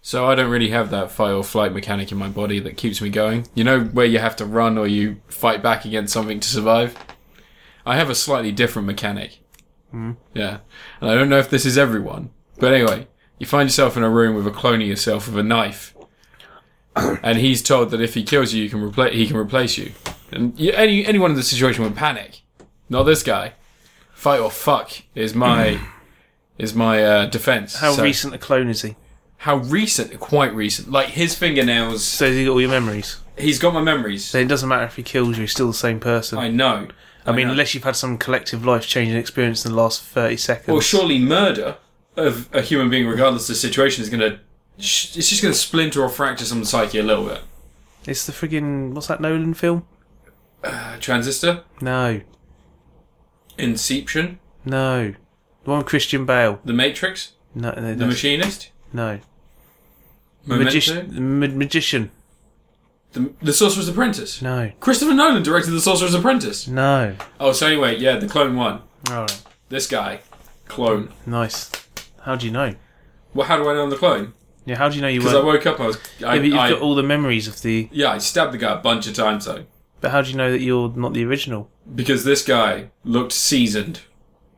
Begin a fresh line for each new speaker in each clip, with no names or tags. So I don't really have that fight or flight mechanic in my body that keeps me going. You know where you have to run or you fight back against something to survive? I have a slightly different mechanic.
Mm.
Yeah. And I don't know if this is everyone. But anyway, you find yourself in a room with a clone of yourself with a knife. and he's told that if he kills you, you can repla- he can replace you. And you, any anyone in the situation would panic. Not this guy. Fight or fuck is my is my uh, defense.
How
So-
recent a clone is he?
how recent? Quite recent. Like his fingernails.
So has he got all your memories?
He's got my memories.
Then it doesn't matter if he kills you, he's still the same person.
I know.
I mean,
know.
unless you've had some collective life changing experience in the last 30 seconds.
well, surely murder of a human being, regardless of the situation, is gonna. sh- It's just gonna splinter or fracture someone's psyche a little bit.
It's the friggin' what's that Nolan film?
Uh, transistor,
No,
Inception,
no, the one with Christian Bale.
The Matrix,
No, no,
The
that's-
Machinist,
no.
Memento,
Magic- ma- magician.
the, the Sorcerer's Apprentice.
No,
Christopher Nolan directed The Sorcerer's Apprentice.
no.
Oh, so anyway, yeah, the clone one.
All right,
This guy, clone.
nice. How do you know?
Well, how do I know I'm the clone?
Yeah, how do you know you
Because I
weren't?
woke up, I was. I,
yeah, but you've
I-
got all the memories of the.
yeah, I stabbed the guy a bunch of times though.
But how do you know that you're not the original?
because this guy looked seasoned.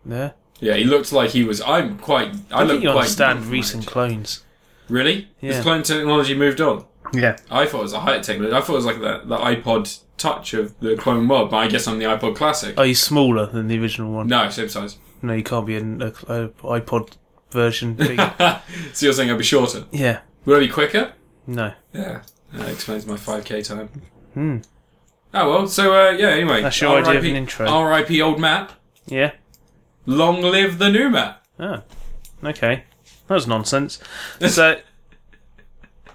Yeah,
Yeah, he looked like he was. I'm quite. I,
I,
look
think you
quite
understand
young for my
recent
age.
clones.
Really?
Yeah.
This clone technology moved on.
Yeah,
I thought it was a higher technology. I thought it was like the, the iPod Touch of the clone mob. But I guess I'm the iPod Classic.
are you Oh, smaller than the original one?
no, same size.
No, you can't be an a, a iPod version. Big.
so you're saying I'd be shorter?
yeah,
Would I be quicker?
no,
Yeah, that explains my 5k time.
Hmm.
Oh well. So uh, yeah. Anyway,
That's your idea of
RIP
an intro.
R.I.P. Old map.
yeah.
Long live the new map.
Oh, okay. That was nonsense. So,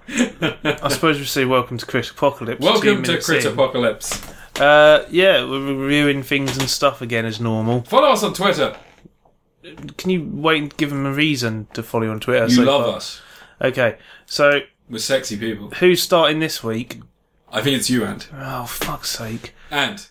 I suppose we say welcome to Crit Apocalypse. two
Welcome to
minutes
Crit
in.
Apocalypse.
Uh, yeah, we're reviewing things and stuff again as normal.
Follow us on Twitter.
Can you wait and give them a reason to follow you on Twitter?
You
so
love
far?
us.
Okay, so
We're sexy people.
who's starting this week?
I think it's you, Ant.
Oh, fuck's sake.
And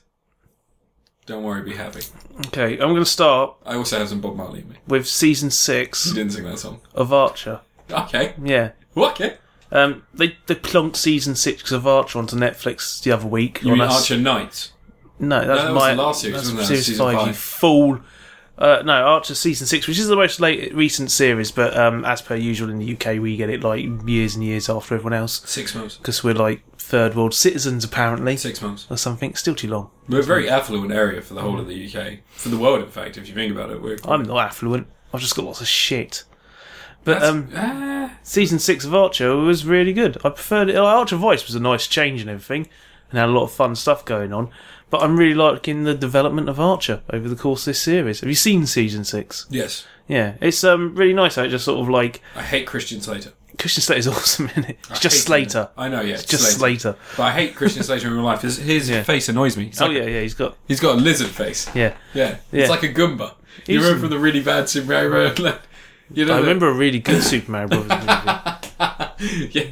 don't worry, be happy.
Okay, I'm going to start
I also have some Bob Marley in me.
with season
You
six
didn't sing that song.
of Archer.
Okay.
Yeah.
Okay.
Um, they, they plonked season six of Archer onto Netflix the other week.
You
on
mean
us.
Archer Knights?
No, that's
that was
my
the last series,
that's
wasn't it?
Series
Season
five,
five.
You fool. Uh, no, Archer season six, which is the most late recent series, but um, as per usual in the UK, we get it like years and years after everyone else
Six months.
because we're like third world citizens apparently
Six months.
or something. Still too long.
We're a very affluent area for the whole of the UK. For the world, in fact, if you think about it. We're,
I'm not affluent. I've just got lots of shit. But
That's-
um,
ah,
season six of Archer was really good. I preferred it. Like, Archer Voice was a nice change and everything, and had a lot of fun stuff going on. But I'm really liking the development of Archer over the course of this series. Have you seen season six?
yes.
Yeah, it's um really nice. How it just sort of like
I hate Christian Slater.
Christian Slater's awesome in it. It's just
Hate him.
Slater,
I know, yeah.
just Slater.
But I hate Christian Slater in real life. His, his
Yeah.
face annoys me. It's
Oh
like-
yeah, yeah, he's got
He's got a lizard face.
yeah.
Yeah.
Yeah.
It's like a Goomba. You
He's-
remember from the really bad Super Mario Bros. You know
I
the-
remember a really good Super Mario Brothers movie.
Yeah,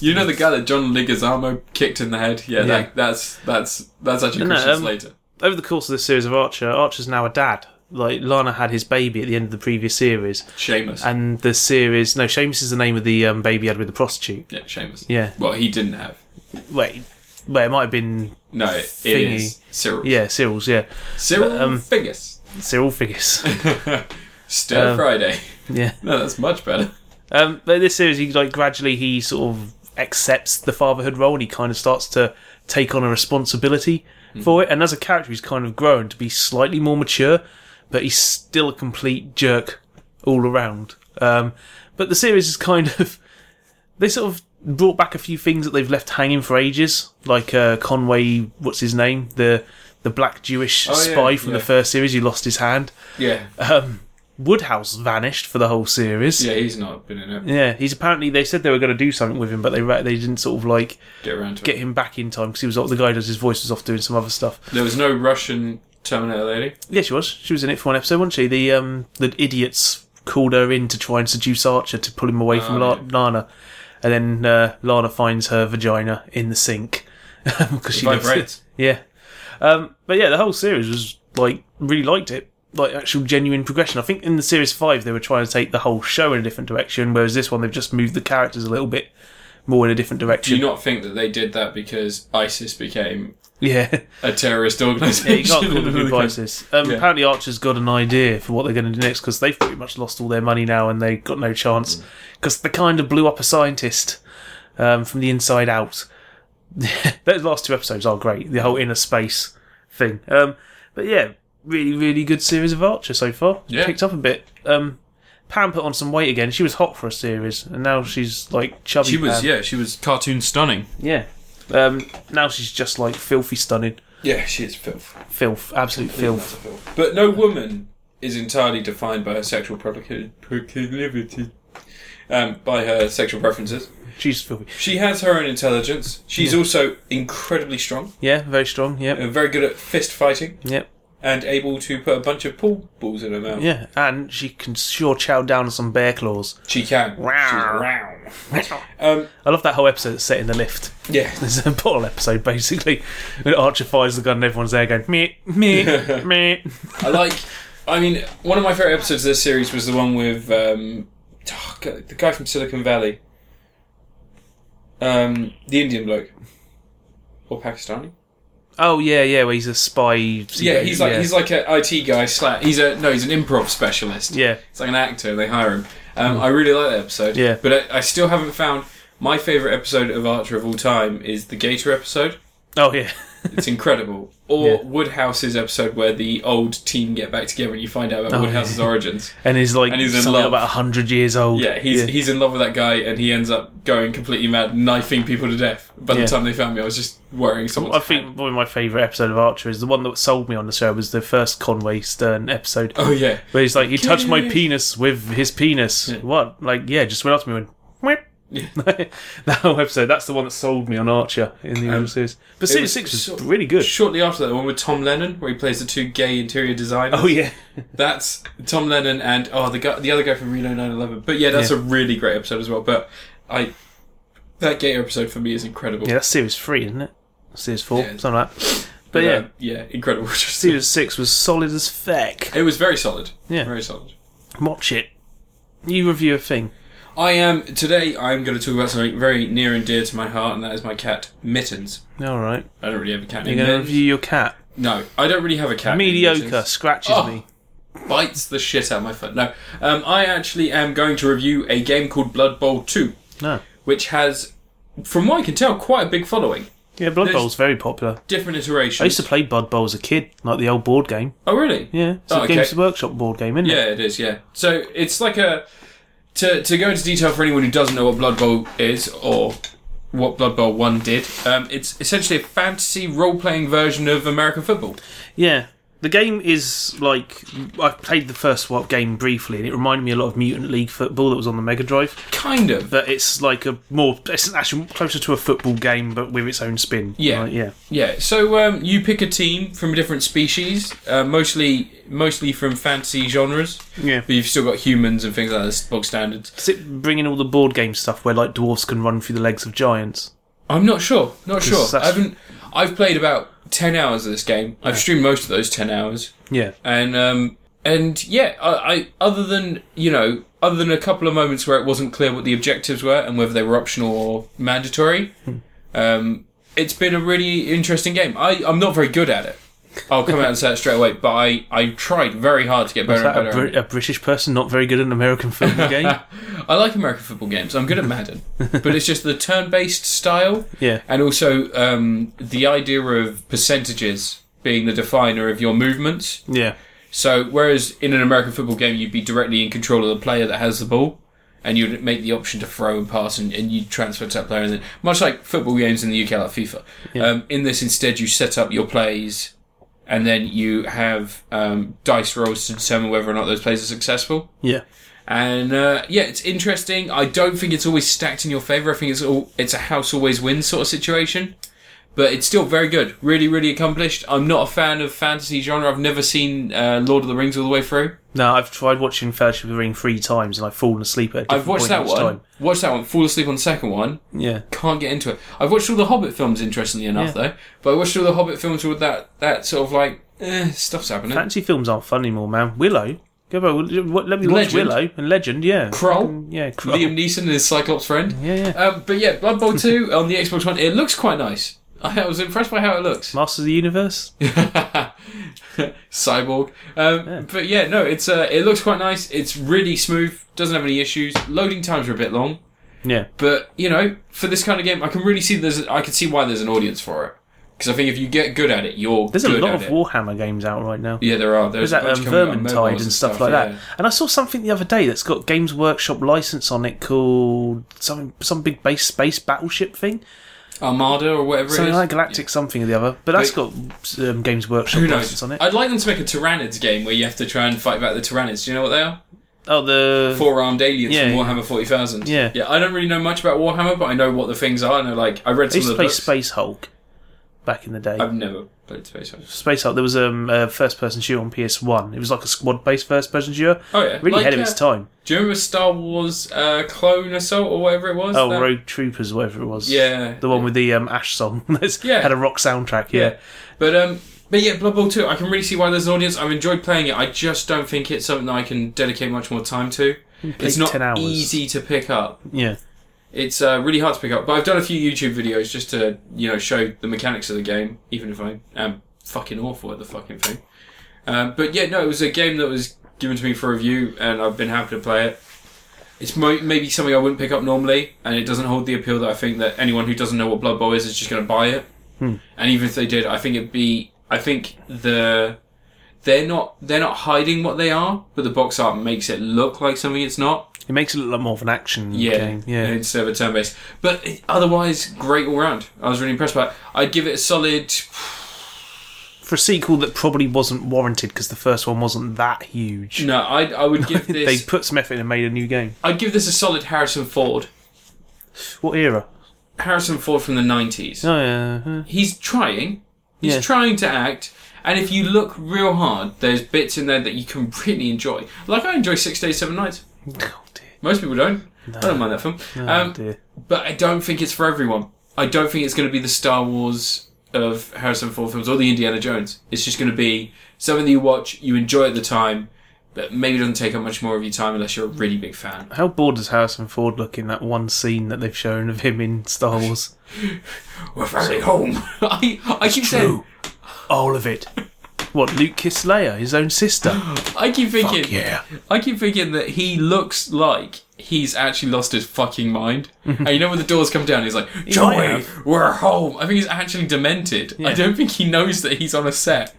you know the guy that John Leguizamo kicked in the head. Yeah,
Yeah.
That, that's that's that's actually
No, no,
Christian
um,
Slater.
Over the course of this series of Archer, Archer's now a dad. Like Lana had his baby at the end of the previous series,
Seamus.
and the series no Seamus is the name of the um, baby he had with the prostitute.
yeah, Seamus.
Yeah,
Well, he didn't have.
wait, wait, it might have been
No, it, it
Thingy.
is Cyril.
yeah Cyril's. Yeah,
Cyril
um,
Figgis.
Cyril figures.
Stir
um,
Friday.
yeah.
No, that's much better.
Um, but this series, he like gradually he sort of accepts the fatherhood role, and he kind of starts to take on a responsibility
Hmm.
for it. And as a character, he's kind of grown to be slightly more mature, but he's still a complete jerk all around. Um, but the series is kind of they sort of brought back a few things that they've left hanging for ages, like uh, Conway, what's his name, the the black Jewish
Oh, yeah,
spy from
yeah.
the first series who lost his hand.
Yeah,
Um, Woodhouse vanished for the whole series.
yeah, he's not been in it.
Yeah, he's apparently they said they were going to do something with him, but they ra- they didn't sort of like
Get around to
get
it.
him back in time because he was off, the guy who does his voice was off doing some other stuff.
There was no Russian Terminator lady.
Yeah, she was. She was in it for one episode, wasn't she? The um the idiots called her in to try and seduce Archer to pull him away from La-
Oh, yeah.
Lana, and then uh, Lana finds her vagina in the sink because she loves it.
Vibrates.
Yeah, um, but yeah, the whole series was like really liked it. like actual genuine progression. I think in the series five they were trying to take the whole show in a different direction, whereas this one they've just moved the characters a little bit more in a different
Do
direction.
you not think that they did that because ISIS became
yeah.
a terrorist
Yeah, you
organisation?
can't call
in
them
another
group
country?
ISIS. Um,
Yeah.
Apparently, Archer's got an idea for what they're going to do next because they've pretty much lost all their money now and they've got no
Mm.
chance because they kind of blew up a scientist um, from the inside out. Those last two episodes are great. The whole inner space thing. Um, but yeah, really, really good series of Archer so far.
Yeah.
Picked up a bit. Um, Pam put on some weight again. She was hot for a series, and now she's like chubby.
She was
Pam.
yeah, she was cartoon stunning.
yeah. Um, now she's just like filthy stunning,
Yeah, she is filth.
filth, absolute filth.
But no woman is entirely defined by her sexual proclivi- proclivity, um, by her sexual preferences.
She's filthy.
She has her own intelligence. She's also incredibly strong,
Yeah, very strong. Yep.
uh, very good at fist fighting,
Yep.
and able to put a bunch of pool balls in her mouth.
Yeah, and she can sure chow down on some bear claws.
She can.
Wow.
She's round. um,
I love that whole episode that's set in the lift.
yeah.
There's a bottle episode basically. And Archer fires the gun and everyone's there going meh meh meh.
I like. I mean, one of my favorite episodes of this series was the one with um, the guy from Silicon Valley, um, the Indian bloke, or Pakistani.
Oh yeah, yeah, where he's a spy.
Yeah, he's like he's like a IT guy. Slash, he's a no, he's an improv specialist.
yeah. Mm.
It's like an actor. They hire him. Um, I really like that episode.
Yeah.
But I, I still haven't found my favorite episode of Archer of all time is the Gator episode.
Oh yeah,
It's incredible. Or
Yeah.
Woodhouse's episode where the old team get back together and you find out about
Oh,
Woodhouse's origins.
and he's like
And he's in
something
love.
about hundred years old.
Yeah, he's he's in love with that guy and he ends up going completely mad, knifing people to death. By the
Yeah.
time they found me, I was just wearing someone's
I think probably my favourite episode of Archer is the one that sold me on the show was the first Conway Stern episode.
Oh yeah.
Where he's like, he touched my
Kiss.
penis with his penis. What? Like, yeah, just went up to me and went. "Mwep." that whole episode, that's the one that sold me on Archer in the original series. But series
Um, was
six was
sort-
really good.
Shortly after that, the one with Tom Lennon, where he plays the two gay interior designers.
Oh yeah,
That's Tom Lennon and oh the guy, the other guy from Reno 911. But yeah, that's
Yeah.
a really great episode as well. But I that Gator episode for me is incredible.
yeah, that's series three, isn't it? Series four,
Yeah.
something like that. But yeah,
Uh, yeah, incredible. it
series six was solid as feck.
was very solid.
Yeah.
very solid.
Watch it. You review a thing.
I am today. I'm going to talk about something very near and dear to my heart, and that is my cat Mittens.
All right,
I don't really have a cat
you're
named
going to
Mittens.
review your cat.
No, I don't really have a cat. named
Mediocre
Mittens.
scratches
Oh.
me.
bites the shit out of my foot. No, um, I actually am going to review a game called Blood Bowl Two,
No,
which has, from what I can tell, quite a big following.
yeah, Blood
There's-
Bowl's very popular.
Different
I used
iterations.
to play Blood Bowl as a kid, like the old board game.
oh, really?
Yeah, it's
Oh,
a
okay.
Games Workshop board game, isn't it?
Yeah, it is. Yeah. So it's like a to to go into detail for anyone who doesn't know what Blood Bowl is or what Blood Bowl One did. Um, it's essentially a fantasy role playing version of American football.
Yeah. The game is like I played the first WAP game briefly, and it reminded me a lot of Mutant League Football that was on the Mega Drive.
Kind of.
But it's like a more, it's actually closer to a football game, but with its own spin.
Yeah.
Like, yeah,
Yeah. So um, you pick a team from a different species, uh, mostly mostly from fantasy genres.
yeah.
But you've still got humans and things like this, bog standards.
Does it bring in all the board game stuff where like dwarfs can run through the legs of giants?
I'm not sure. Not sure. I
that's-
haven't. I've played about ten hours of this game. I've streamed most of those ten hours.
Yeah,
and um, and yeah, I, I other than you know, other than a couple of moments where it wasn't clear what the objectives were and whether they were optional or mandatory,
Hmm.
um, it's been a really interesting game. I I'm not very good at it. I'll come out and say it straight away, but I, I tried very hard to get
is
better
that a,
and better. at
Br- a British person not very good at an American football game?
it. I like American football games. I'm good at Madden, but it's just the turn-based style
Yeah,
and also um, the idea of percentages being the definer of your movements.
yeah,
So, whereas in an American football game, you'd be directly in control of the player that has the ball, and you'd make the option to throw and pass, and, and you'd transfer to that player. And then, much like football games in the UK, like FIFA, um, in this instead, you set up your plays, and then you have um, dice rolls to determine whether or not those plays are successful.
yeah.
And uh, yeah, it's interesting. I don't think it's always stacked in your favour. I think it's all it's a house always wins sort of situation. But it's still very good. Really, really accomplished. I'm not a fan of fantasy genre. I've never seen uh, Lord of the Rings all the way through.
No, I've tried watching Fellowship of the Ring three times, and I've fallen asleep at. A
I've
different
watched
point
that
each
one.
Time.
Watched that one. Fall asleep on the second one.
Yeah,
Can't get into it. I've watched all the Hobbit films, interestingly enough,
Yeah.
though. But I watched all the Hobbit films with that that sort of like Eh, stuff's happening.
Fancy films aren't fun anymore, man. Willow. Go back. Let let me watch
Legend.
Willow and Legend, yeah.
Kroll.
Yeah, Kroll.
Liam Neeson and his Cyclops friend.
Oh. Yeah, yeah.
Um, but yeah, Blood Bowl 2 on the Xbox One, it looks quite nice. I was impressed by how it looks.
Masters of the Universe.
Cyborg. Um, But yeah, no, it's uh, it looks quite nice. It's really smooth, doesn't have any issues. Loading times are a bit long,
Yeah.
but you know, for this kind of game, I can really see there's I can see why there's an audience for it. Because I think if you get good at it, you're
There's a
good
lot
at
of
it.
Warhammer games out right now.
Yeah, there are. There's
There's that
a bunch
um,
coming out on mobiles
Vermintide and stuff like
yeah.
that. And I saw something the other day that's got Games Workshop license on it called some some big base space battleship thing,
Armada or whatever it
something
is.
like Galactic something or the other. But that's got um, Games Workshop
Who
license
knows?
on it.
I'd like them to make a Tyranids game where you have to try and fight back the Tyranids. Do you know what they are?
oh, the
four armed aliens
Yeah,
from
yeah.
Warhammer forty thousand.
Yeah.
yeah. I don't really know much about Warhammer, but I know what the things are. I know, like, I read
I
some
used to
of the
play
books.
Space Hulk back in the day.
I've never played Space Hulk.
Space Hulk. There was um, a first-person shooter on PS One. It was like a squad-based first-person shooter.
Oh yeah,
Really
like,
ahead of
uh,
its time.
Do you remember Star Wars uh, Clone Assault or whatever it was?
Oh,
That-
Rogue Troopers, whatever it was.
Yeah,
The one with the um, Ash song. That's-
Yeah.
Had a rock soundtrack.
yeah.
Yeah.
But um, but yeah, Blood Bowl two. I can really see why there's an audience. I've enjoyed playing it. I just don't think it's something that I can dedicate much more time to. It's not
10 hours.
easy to pick up.
yeah.
It's uh, really hard to pick up, but I've done a few YouTube videos just to you know show the mechanics of the game, even if I am fucking awful at the fucking thing. Um, but yeah, no, it was a game that was given to me for review, and I've been happy to play it. It's mo- maybe something I wouldn't pick up normally, and it doesn't hold the appeal that I think that anyone who doesn't know what Blood Bowl is is just going to buy it. And even if they did, I think it'd be. I think the they're not they're not hiding what they are, but the box art makes it look like something it's not
It makes it look like more of an action
yeah,
game. Yeah.
instead of a turn based. But it- otherwise, great all round. I was really impressed by it. I'd give it a solid.
For a sequel that probably wasn't warranted because the first one wasn't that huge.
No, I I would give
They
this.
put some effort in and made a new game.
I'd give this a solid Harrison Ford.
What era?
Harrison Ford from the nineties.
Oh, yeah. huh.
He's trying. He's
Yeah.
trying to act. And if you look real hard, there's bits in there that you can really enjoy. Like I enjoy Six Days, Seven Nights.
Oh, dear.
Most people don't. I don't mind that film.
Oh,
um,
dear.
but I don't think it's for everyone. I don't think it's going to be the Star Wars of Harrison Ford films or the Indiana Jones. It's just going to be something that you watch, you enjoy at the time, but maybe doesn't take up much more of your time unless you're a really big fan.
How bored does Harrison Ford look in that one scene that they've shown of him in Star Wars?
We're finally home. I, I keep saying,
All of it. What, Luke kissed Leia, his own sister?
I keep thinking,
yeah.
I keep thinking that he looks like he's actually lost his fucking mind. and you know when the doors come down, he's like,
might
Joey,
have.
we're home. I think he's actually demented. I don't think he knows that he's on a set.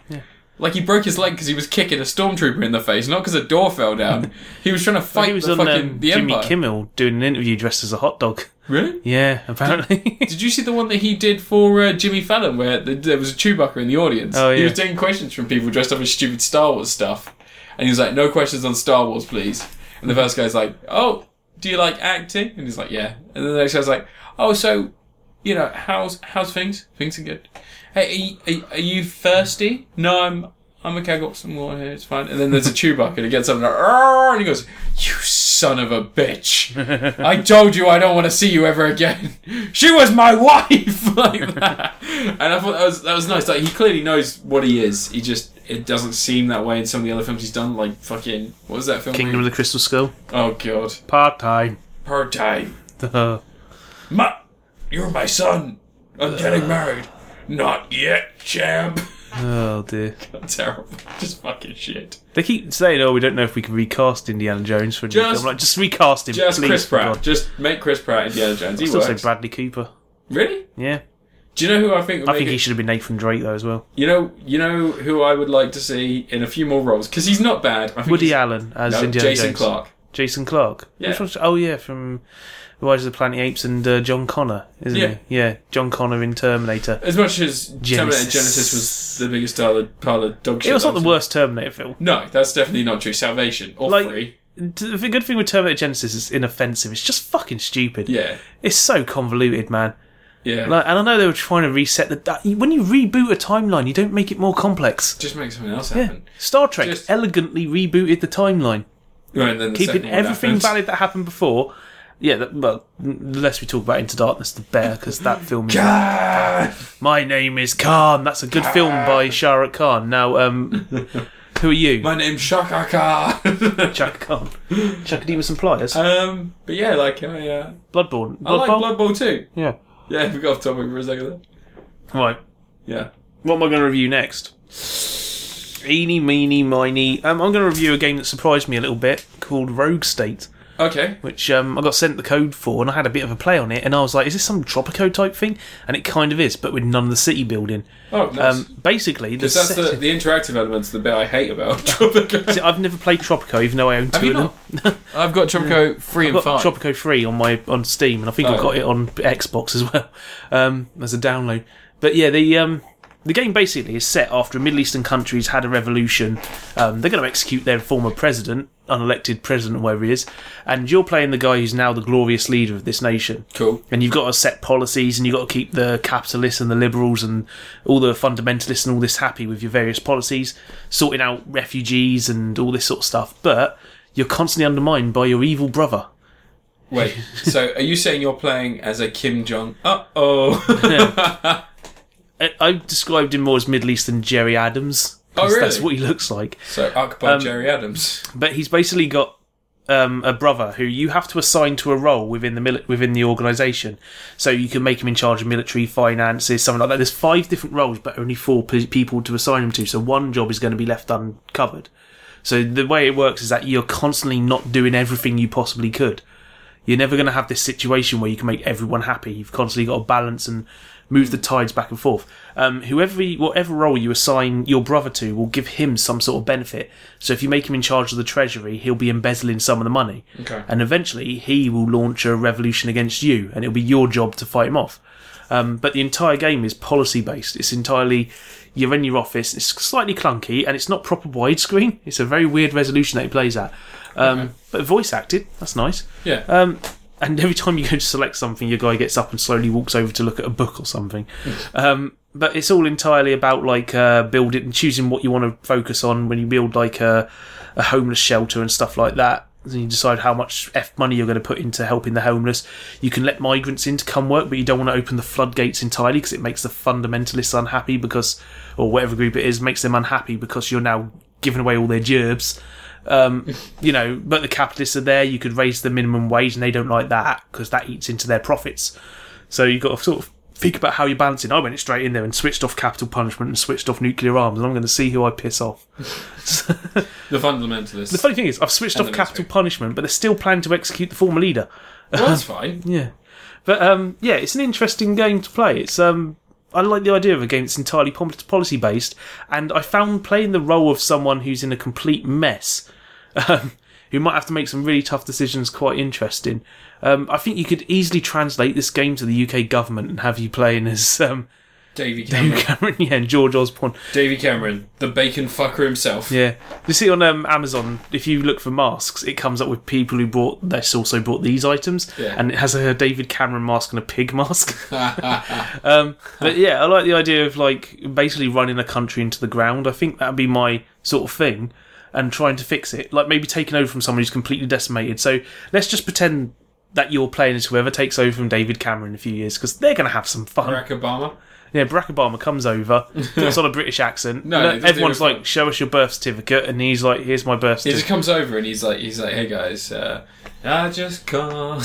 Like he broke his leg because he was kicking a stormtrooper in the face, not because a door fell down. he was trying to fight
He was
the
on
fucking
um,
the
Jimmy
Empire.
Kimmel doing an interview dressed as a hot dog.
Really?
Yeah, apparently.
Did you see the one that he did for uh, Jimmy Fallon where th there was a Chewbacca in the audience?
Oh,
He
yeah.
was taking questions from people dressed up as stupid Star Wars stuff. And he was like, no questions on Star Wars, please. And the first guy's like, oh, do you like acting? And he's like, yeah. And then the next guy's like, oh, so, you know, how's, how's things? Things are good. Hey, are you, are, you- are you thirsty? No, I'm, I'm okay. I got some water here. It's fine. And then there's a Chewbacca and he gets up and, like, "Arr," and he goes, you son of a bitch. I told you I don't want to see you ever again. She was my wife, like that. And I thought that was that was nice. Like he clearly knows what he is. He just it doesn't seem that way in some of the other films he's done. Like fucking what was that film?
Kingdom of the Crystal Skull.
oh god,
Part time.
Partai.
Oh,
Ma, you're my son. I'm getting married. Not yet, champ.
oh dear.
Terrible. Just fucking shit.
They keep saying, "Oh, we don't know if we can recast Indiana Jones for." Just,
Just-
I'm like, just recast him,
Just
please.
Chris
for
Pratt.
God."
Just make Chris Pratt Indiana Jones. He
Still say
works.
Bradley Cooper.
Really?
Yeah,
Do you know who I think? Would
I
make
think
it-
he should have been Nathan Drake though as well.
You know, you know who I would like to see in a few more roles because he's not bad. I think
Woody
he's-
Allen as
no,
Indiana
Jason
Jones.
Clark.
Jason Clark.
Yeah.
Which one's, oh yeah, from Rise of the Planet of the Apes and uh, John Connor, isn't
Yeah.
he? Yeah, John Connor in Terminator.
As much as Terminator
Genesis.
Genesis was the biggest style of pile of dog shit.
It was not the
I've
worst Terminator film.
seen. No, that's definitely not true. Salvation or
Like-
free.
The good thing with Terminator Genesis is inoffensive. It's just fucking stupid.
Yeah,
It's so convoluted, man.
yeah.
Like, and I know they were trying to reset the. that- When you reboot a timeline, you don't make it more complex.
just make something else
Yeah.
happen.
Star Trek
Just-
elegantly rebooted the timeline,
Right, and then the
keeping
second one
everything
happens.
valid that happened before, yeah, that, well, the less we talk about Into Darkness, the better, because that film is.
God!
My name is Khan. That's a good film by Shah Rukh Khan. Now, um, who are you?
Ah. My name's Shaka Khan.
Chuck Khan. Chuck D with some pliers.
um, but yeah, like I, uh,
Bloodborne.
I like
Blood Bowl?
Blood Bowl too.
Yeah.
Yeah, we got off topic for a second. There.
Right.
Yeah.
What am I going to review next? Eeny, meeny, miny. Um, I'm going to review a game that surprised me a little bit called Rogue State,
Okay.
which um, I got sent the code for, and I had a bit of a play on it, and I was like, "Is this some Tropico type thing?" And it kind of is, but with none of the city building.
Oh, nice.
Um, basically, the,
Because that's the,
setting-
the interactive element's the bit I hate about Tropico.
See, I've never played Tropico, even though I own two
Have you
of them.
not? I've got Tropico free and
I've got
five.
Tropico Free on my on Steam, and I think I've
Oh.
got it on Xbox as well um, as a download. But yeah, the um, the game basically is set after Middle Eastern countries had a revolution. Um, they're going to execute their former president, unelected president, wherever he is, and you're playing the guy who's now the glorious leader of this nation
cool.
and you've got to set policies and you've got to keep the capitalists and the liberals and all the fundamentalists and all this happy with your various policies, sorting out refugees and all this sort of stuff. But you're constantly undermined by your evil brother.
Wait. so, are you saying you're playing as a Kim Jong? Uh oh.
I, I described him more as Middle Eastern Jerry Adams. 'cause
Oh, really?
That's what he looks like.
so, Akbar
Um,
Jerry Adams.
But he's basically got um, a brother who you have to assign to a role within the mili- within the organisation. So you can make him in charge of military finances, something like that. There's five different roles, but only four p- people to assign him to. So one job is going to be left uncovered. So the way it works is that you're constantly not doing everything you possibly could. You're never going to have this situation where you can make everyone happy. You've constantly got to balance and move the tides back and forth. Um, whoever, whatever role you assign your brother to, will give him some sort of benefit. So if you make him in charge of the treasury, he'll be embezzling some of the money,
Okay.
and eventually he will launch a revolution against you, and it'll be your job to fight him off. Um, but the entire game is policy based. It's entirely you're in your office. It's slightly clunky, and it's not proper widescreen. It's a very weird resolution that it plays at. Um, But voice acted. That's nice.
Yeah.
Um, and every time you go to select something, your guy gets up and slowly walks over to look at a book or something. um, but it's all entirely about like uh, building and choosing what you want to focus on when you build like a, a homeless shelter and stuff like that. And you decide how much F money you're going to put into helping the homeless. You can let migrants in to come work, but you don't want to open the floodgates entirely because it makes the fundamentalists unhappy because, or whatever group it is, makes them unhappy because you're now giving away all their gerbs um, you know, but the capitalists are there. You could raise the minimum wage, and they don't like that because that eats into their profits. So you've got to sort of think about how you're balancing. I went straight in there and switched off capital punishment and switched off nuclear arms, and I'm going to see who I piss off.
the fundamentalist.
The funny thing is, I've switched off
the
capital
military.
punishment, but they're still planning to execute the former leader.
well, that's fine.
Yeah, but um, yeah, it's an interesting game to play. It's um, I like the idea of a game that's entirely policy based, and I found playing the role of someone who's in a complete mess, um, who might have to make some really tough decisions, quite interesting. Um, I think you could easily translate this game to the UK government and have you playing as um,
Davy
Hugh
Cameron.
Cameron, yeah, and George Osborne.
Davy Cameron, the bacon fucker himself.
Yeah, you see on um, Amazon if you look for masks, it comes up with people who bought this also bought these items,
Yeah.
and it has a David Cameron mask and a pig mask. um, but yeah, I like the idea of like basically running a country into the ground. I think that'd be my sort of thing, and trying to fix it, like maybe taking over from someone who's completely decimated. So let's just pretend that you're playing as whoever takes over from David Cameron in a few years because they're going to have some fun.
Barack Obama.
Yeah, Barack Obama comes over, puts on a British accent.
No,
No,
it doesn't
everyone's
do it.
like, "Show us your birth certificate," and he's like, "Here's my birth
He just
certificate."
comes over and he's like, he's like, hey guys, uh, I just can't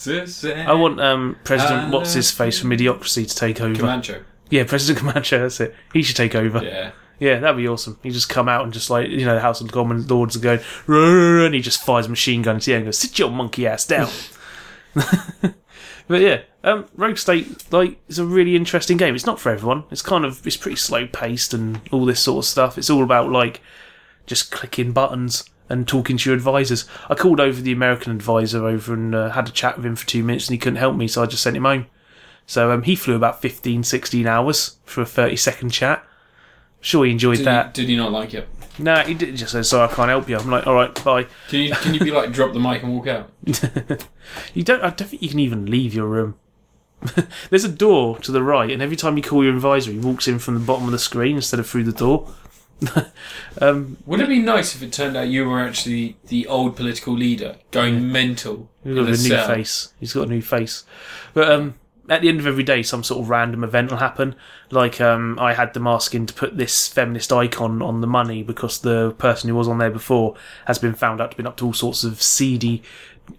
to say.
I want um, President
Uh,
What's His Face from Idiocracy to take over.
Comancho.
Yeah, President Camacho, that's it. He should take over. Yeah.
Yeah.
that'd be awesome. He just come out and just like you know, the House of Commons Lords are going, "Rah, rah, rah," and he just fires a machine gun to the end and goes, "Sit your monkey ass down." But yeah, um, Rogue State like is a really interesting game. It's not for everyone. It's kind of it's pretty slow paced and all this sort of stuff. It's all about like just clicking buttons and talking to your advisors. I called over the American advisor over and uh, had a chat with him for two minutes, and he couldn't help me, so I just sent him home. So um, he flew about 15, 16 hours for a thirty second chat. Sure, he enjoyed
Did,
that.
He, did he not like it?
Nah, he did, just said, "Sorry, I can't help you." I'm like, "All right, bye."
Can you can you be like drop the mic and walk out?
You don't. I don't think you can even leave your room. There's a door to the right, and every time you call your advisor, he walks in from the bottom of the screen instead of through the door. Um,
Would it be nice if it turned out you were actually the old political leader going mental
he's
in
got a
the
new
cell?
face. He's got a new face. But um, at the end of every day, some sort of random event will happen. Like um, I had them asking to put this feminist icon on the money because the person who was on there before has been found out to been up to all sorts of seedy,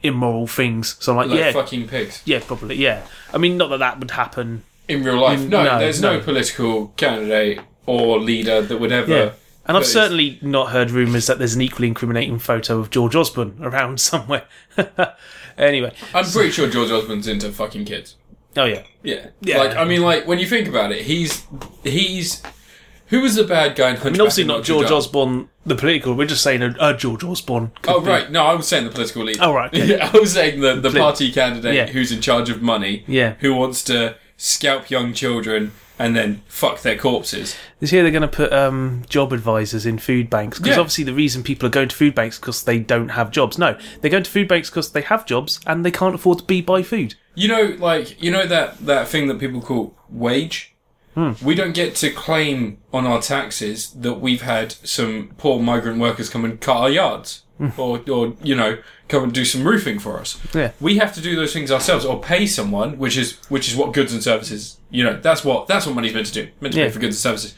immoral things. So I'm like,
Like
yeah,
fucking pigs
yeah, probably, yeah. I mean, not that that would happen
in real life. No,
Mm, No,
there's no.
no.
political candidate or leader that would ever.
Yeah. And I've
But it's-
certainly not heard rumours that there's an equally incriminating photo of George Osborne around somewhere. anyway,
I'm pretty sure George Osborne's into fucking kids.
oh yeah,
Yeah.
Yeah.
Like I mean, like when you think about it, he's he's who was the bad guy in Hunchback?
I mean obviously not George
Osborne.
Osborne, the political. We're just saying a, a George Osborne. could
Oh
be-
right, no, I was saying the political leader.
Oh, right, okay.
Yeah, I was saying the, the party candidate
Yeah.
who's in charge of money.
Yeah.
Who wants to scalp young children and then fuck their corpses?
This year they're going to put um, job advisors in food banks because
Yeah.
obviously the reason people are going to food banks because they don't have jobs. No, they're going to food banks because they have jobs and they can't afford to be by food.
You know, like you know that that thing that people call wage.
Hmm.
We don't get to claim on our taxes that we've had some poor migrant workers come and cut our yards, or or you know come and do some roofing for us.
Hmm. Yeah.
we have to do those things ourselves, or pay someone, which is which is what goods and services. You know, that's what that's what money's meant to do, meant to
Yeah.
pay for goods and services.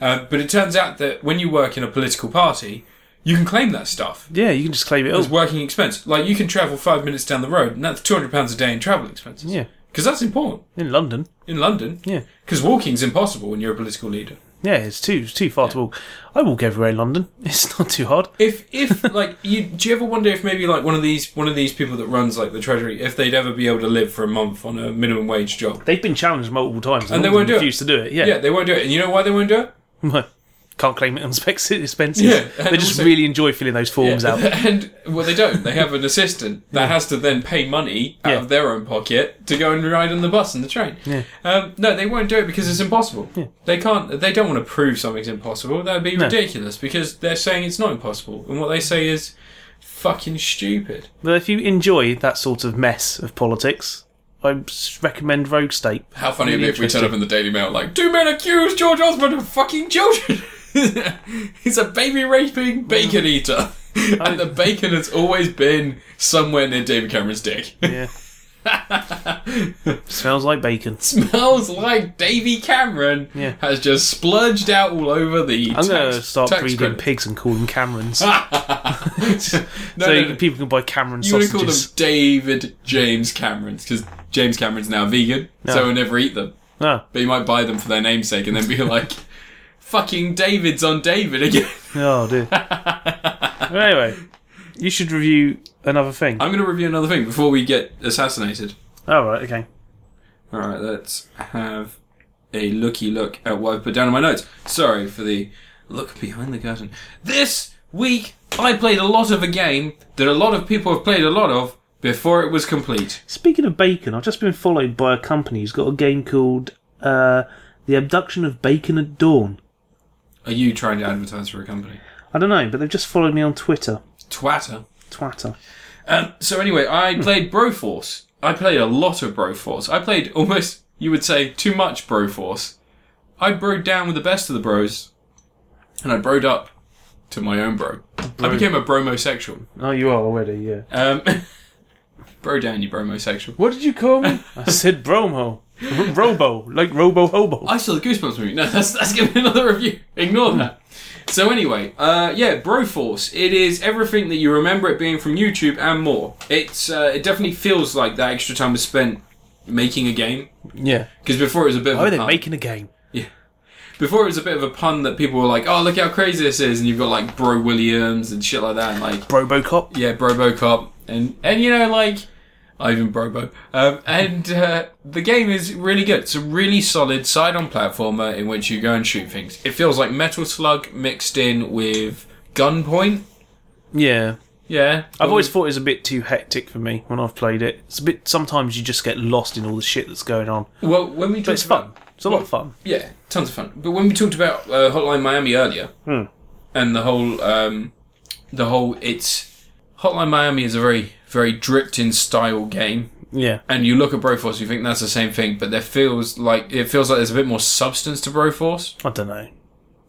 Uh, but it turns out that when you work in a political party, you can claim that stuff
Yeah, you can just claim it.
as
Oh,
working expense. Like you can travel five minutes down the road, and that's two hundred pounds a day in travel expenses.
Yeah.
because that's important
in London.
in London.
Yeah.
because walking's impossible when you're a political leader.
Yeah, it's too it's too far to walk. I walk everywhere in London. It's not too hard.
If if like you, do you ever wonder if maybe like one of these one of these people that runs like the treasury, if they'd ever be able to live for a month on a minimum wage job?
They've been challenged multiple times, and,
they
all
won't
of them
do it.
refuse to do it. Yeah,
Yeah, they won't do it. And you know why they won't do it?
can't claim it on specs- expenses.
Yeah,
they just
also-
really enjoy filling those forms out.
And well, they don't. They have an assistant that has to then pay money out
Yeah.
of their own pocket to go and ride on the bus and the train.
Yeah.
Um, no, they won't do it because it's impossible. They can't. They don't want to prove something's impossible. That would be ridiculous because they're saying it's not impossible, and what they say is fucking stupid.
But if you enjoy that sort of mess of politics, I s- recommend Rogue State.
How funny
Really
it'd be if we turn up in the Daily Mail like two men accuse George Osborne of fucking children. He's a baby raping bacon eater. And the bacon has always been somewhere near David Cameron's dick.
Yeah. Smells like bacon.
smells like Davy Cameron
Yeah.
has just splurged out all over the.
I'm going to
tax,
start
tax
breeding
credit.
pigs and call them Camerons. so
no, no.
people can buy Cameron
You would call them
sausages.
David James Camerons because James Cameron's now vegan, so he'll never eat them.
Ah,
But he might buy them for their namesake and then be like, "Fucking David's on David again."
Oh, dear. But anyway, you should review another thing.
I'm going to review another thing before we get assassinated.
All right, okay.
All right, let's have a looky look at what I've put down in my notes. Sorry for the look behind the curtain. This week, I played a lot of a game that a lot of people have played a lot of before it was complete.
Speaking of bacon, I've just been followed by a company who's got a game called uh, The Abduction of Bacon at Dawn.
Are you trying to advertise for a company?
I don't know, but they've just followed me on Twitter.
Twatter.
Twitter.
Um, so anyway, I played Broforce. I played a lot of Broforce. I played almost, you would say, too much Broforce. I broed down with the best of the bros, and I broed up to my own bro. I became a bromosexual.
Oh, you are already, yeah.
Um, bro down, you bromosexual.
What did you call me? I said bromo. R- Robo. Like Robo Hobo.
I saw the Goosebumps movie. No, that's that's gonna be another review. Ignore that. So anyway, uh, yeah, Broforce. It is everything that you remember it being from YouTube and more. It's uh, it definitely feels like that extra time was spent making a game
yeah.
because before it was a bit. Of
Oh,
a
they're
pun.
making a game.
before it was a bit of a pun that people were like, "Oh, look how crazy this is," and you've got like Bro Williams and shit like that, and like
Robocop.
yeah, Brobocop, and and you know like Ivan Brobo, um, and uh, the game is really good. It's a really solid side-on platformer in which you go and shoot things. It feels like Metal Slug mixed in with Gunpoint.
Yeah.
Yeah,
I've always thought it was a bit too hectic for me when I've played it. It's a bit. Sometimes you just get lost in all the shit that's going on.
well when we talked
But it's
about-
fun. It's a lot of fun.
Yeah, tons of fun. But when we talked about uh, Hotline Miami earlier,
Hmm.
and the whole, um, the whole, it's Hotline Miami is a very, very dripped in style game,
Yeah.
and you look at Broforce, you think that's the same thing, but there feels like it feels like there's a bit more substance to Broforce
I don't know.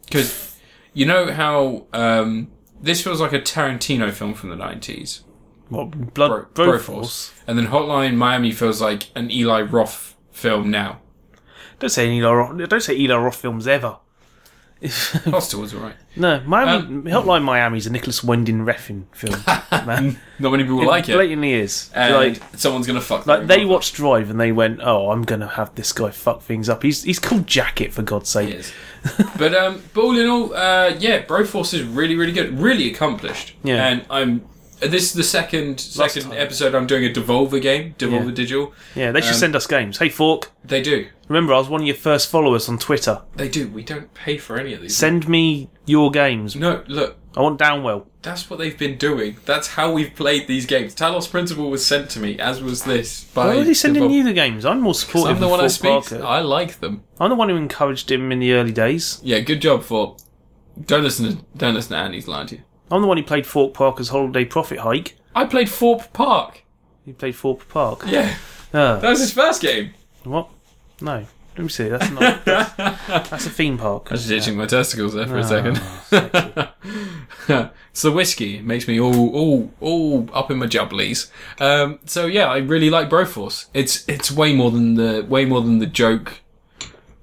because You know how um, this feels like a Tarantino film from the nineties,
What blood
Bro-
Bro-
Broforce. and then Hotline Miami feels like an Eli Roth film now.
Don't say any Eli Roth. Don't say Eli Roth films ever.
Hostel was alright.
No, Miami
Um,
Hotline Miami's a Nicholas Winding Refn film. man.
Not many people like it.
blatantly is.
And
like
someone's gonna fuck.
like
them.
they watched Drive and they went, "Oh, I'm gonna have this guy fuck things up." He's he's called Jacket for God's sake.
Yes. but um, but all in all, uh, yeah, Broforce is really, really good, really accomplished.
Yeah.
And I'm this is the second second
time.
episode I'm doing a Devolver game, Devolver
Yeah.
Digital.
Yeah, they should
Um,
send us games. Hey, Fork,
They do,
remember I was one of your first followers on Twitter.
they do. We don't pay for any of these.
Send me your games.
no, look,
I want Downwell.
that's what they've been doing. That's how we've played these games. Talos Principle was sent to me, as was this. By
Why was he sending
Devolver.
you the games? I'm more supportive.
I'm the
of
one I
Fork
speak.
Barker.
I like them.
I'm the one who encouraged him in the early days.
Yeah, good job for. Don't listen to don't listen to Andy's lying to you.
I'm the one who played Fork Parker's Holiday Profit Hike.
I played Thorpe Park.
He played Fork Park.
Yeah,
Ah,
that was his first game.
what? No. Let me see. That's not. That's, that's a theme park.
I was just itching my testicles there for
Ah,
a second. so whiskey It makes me all all all up in my jubblies. Um, so yeah, I really like Broforce. It's it's way more than the way more than the joke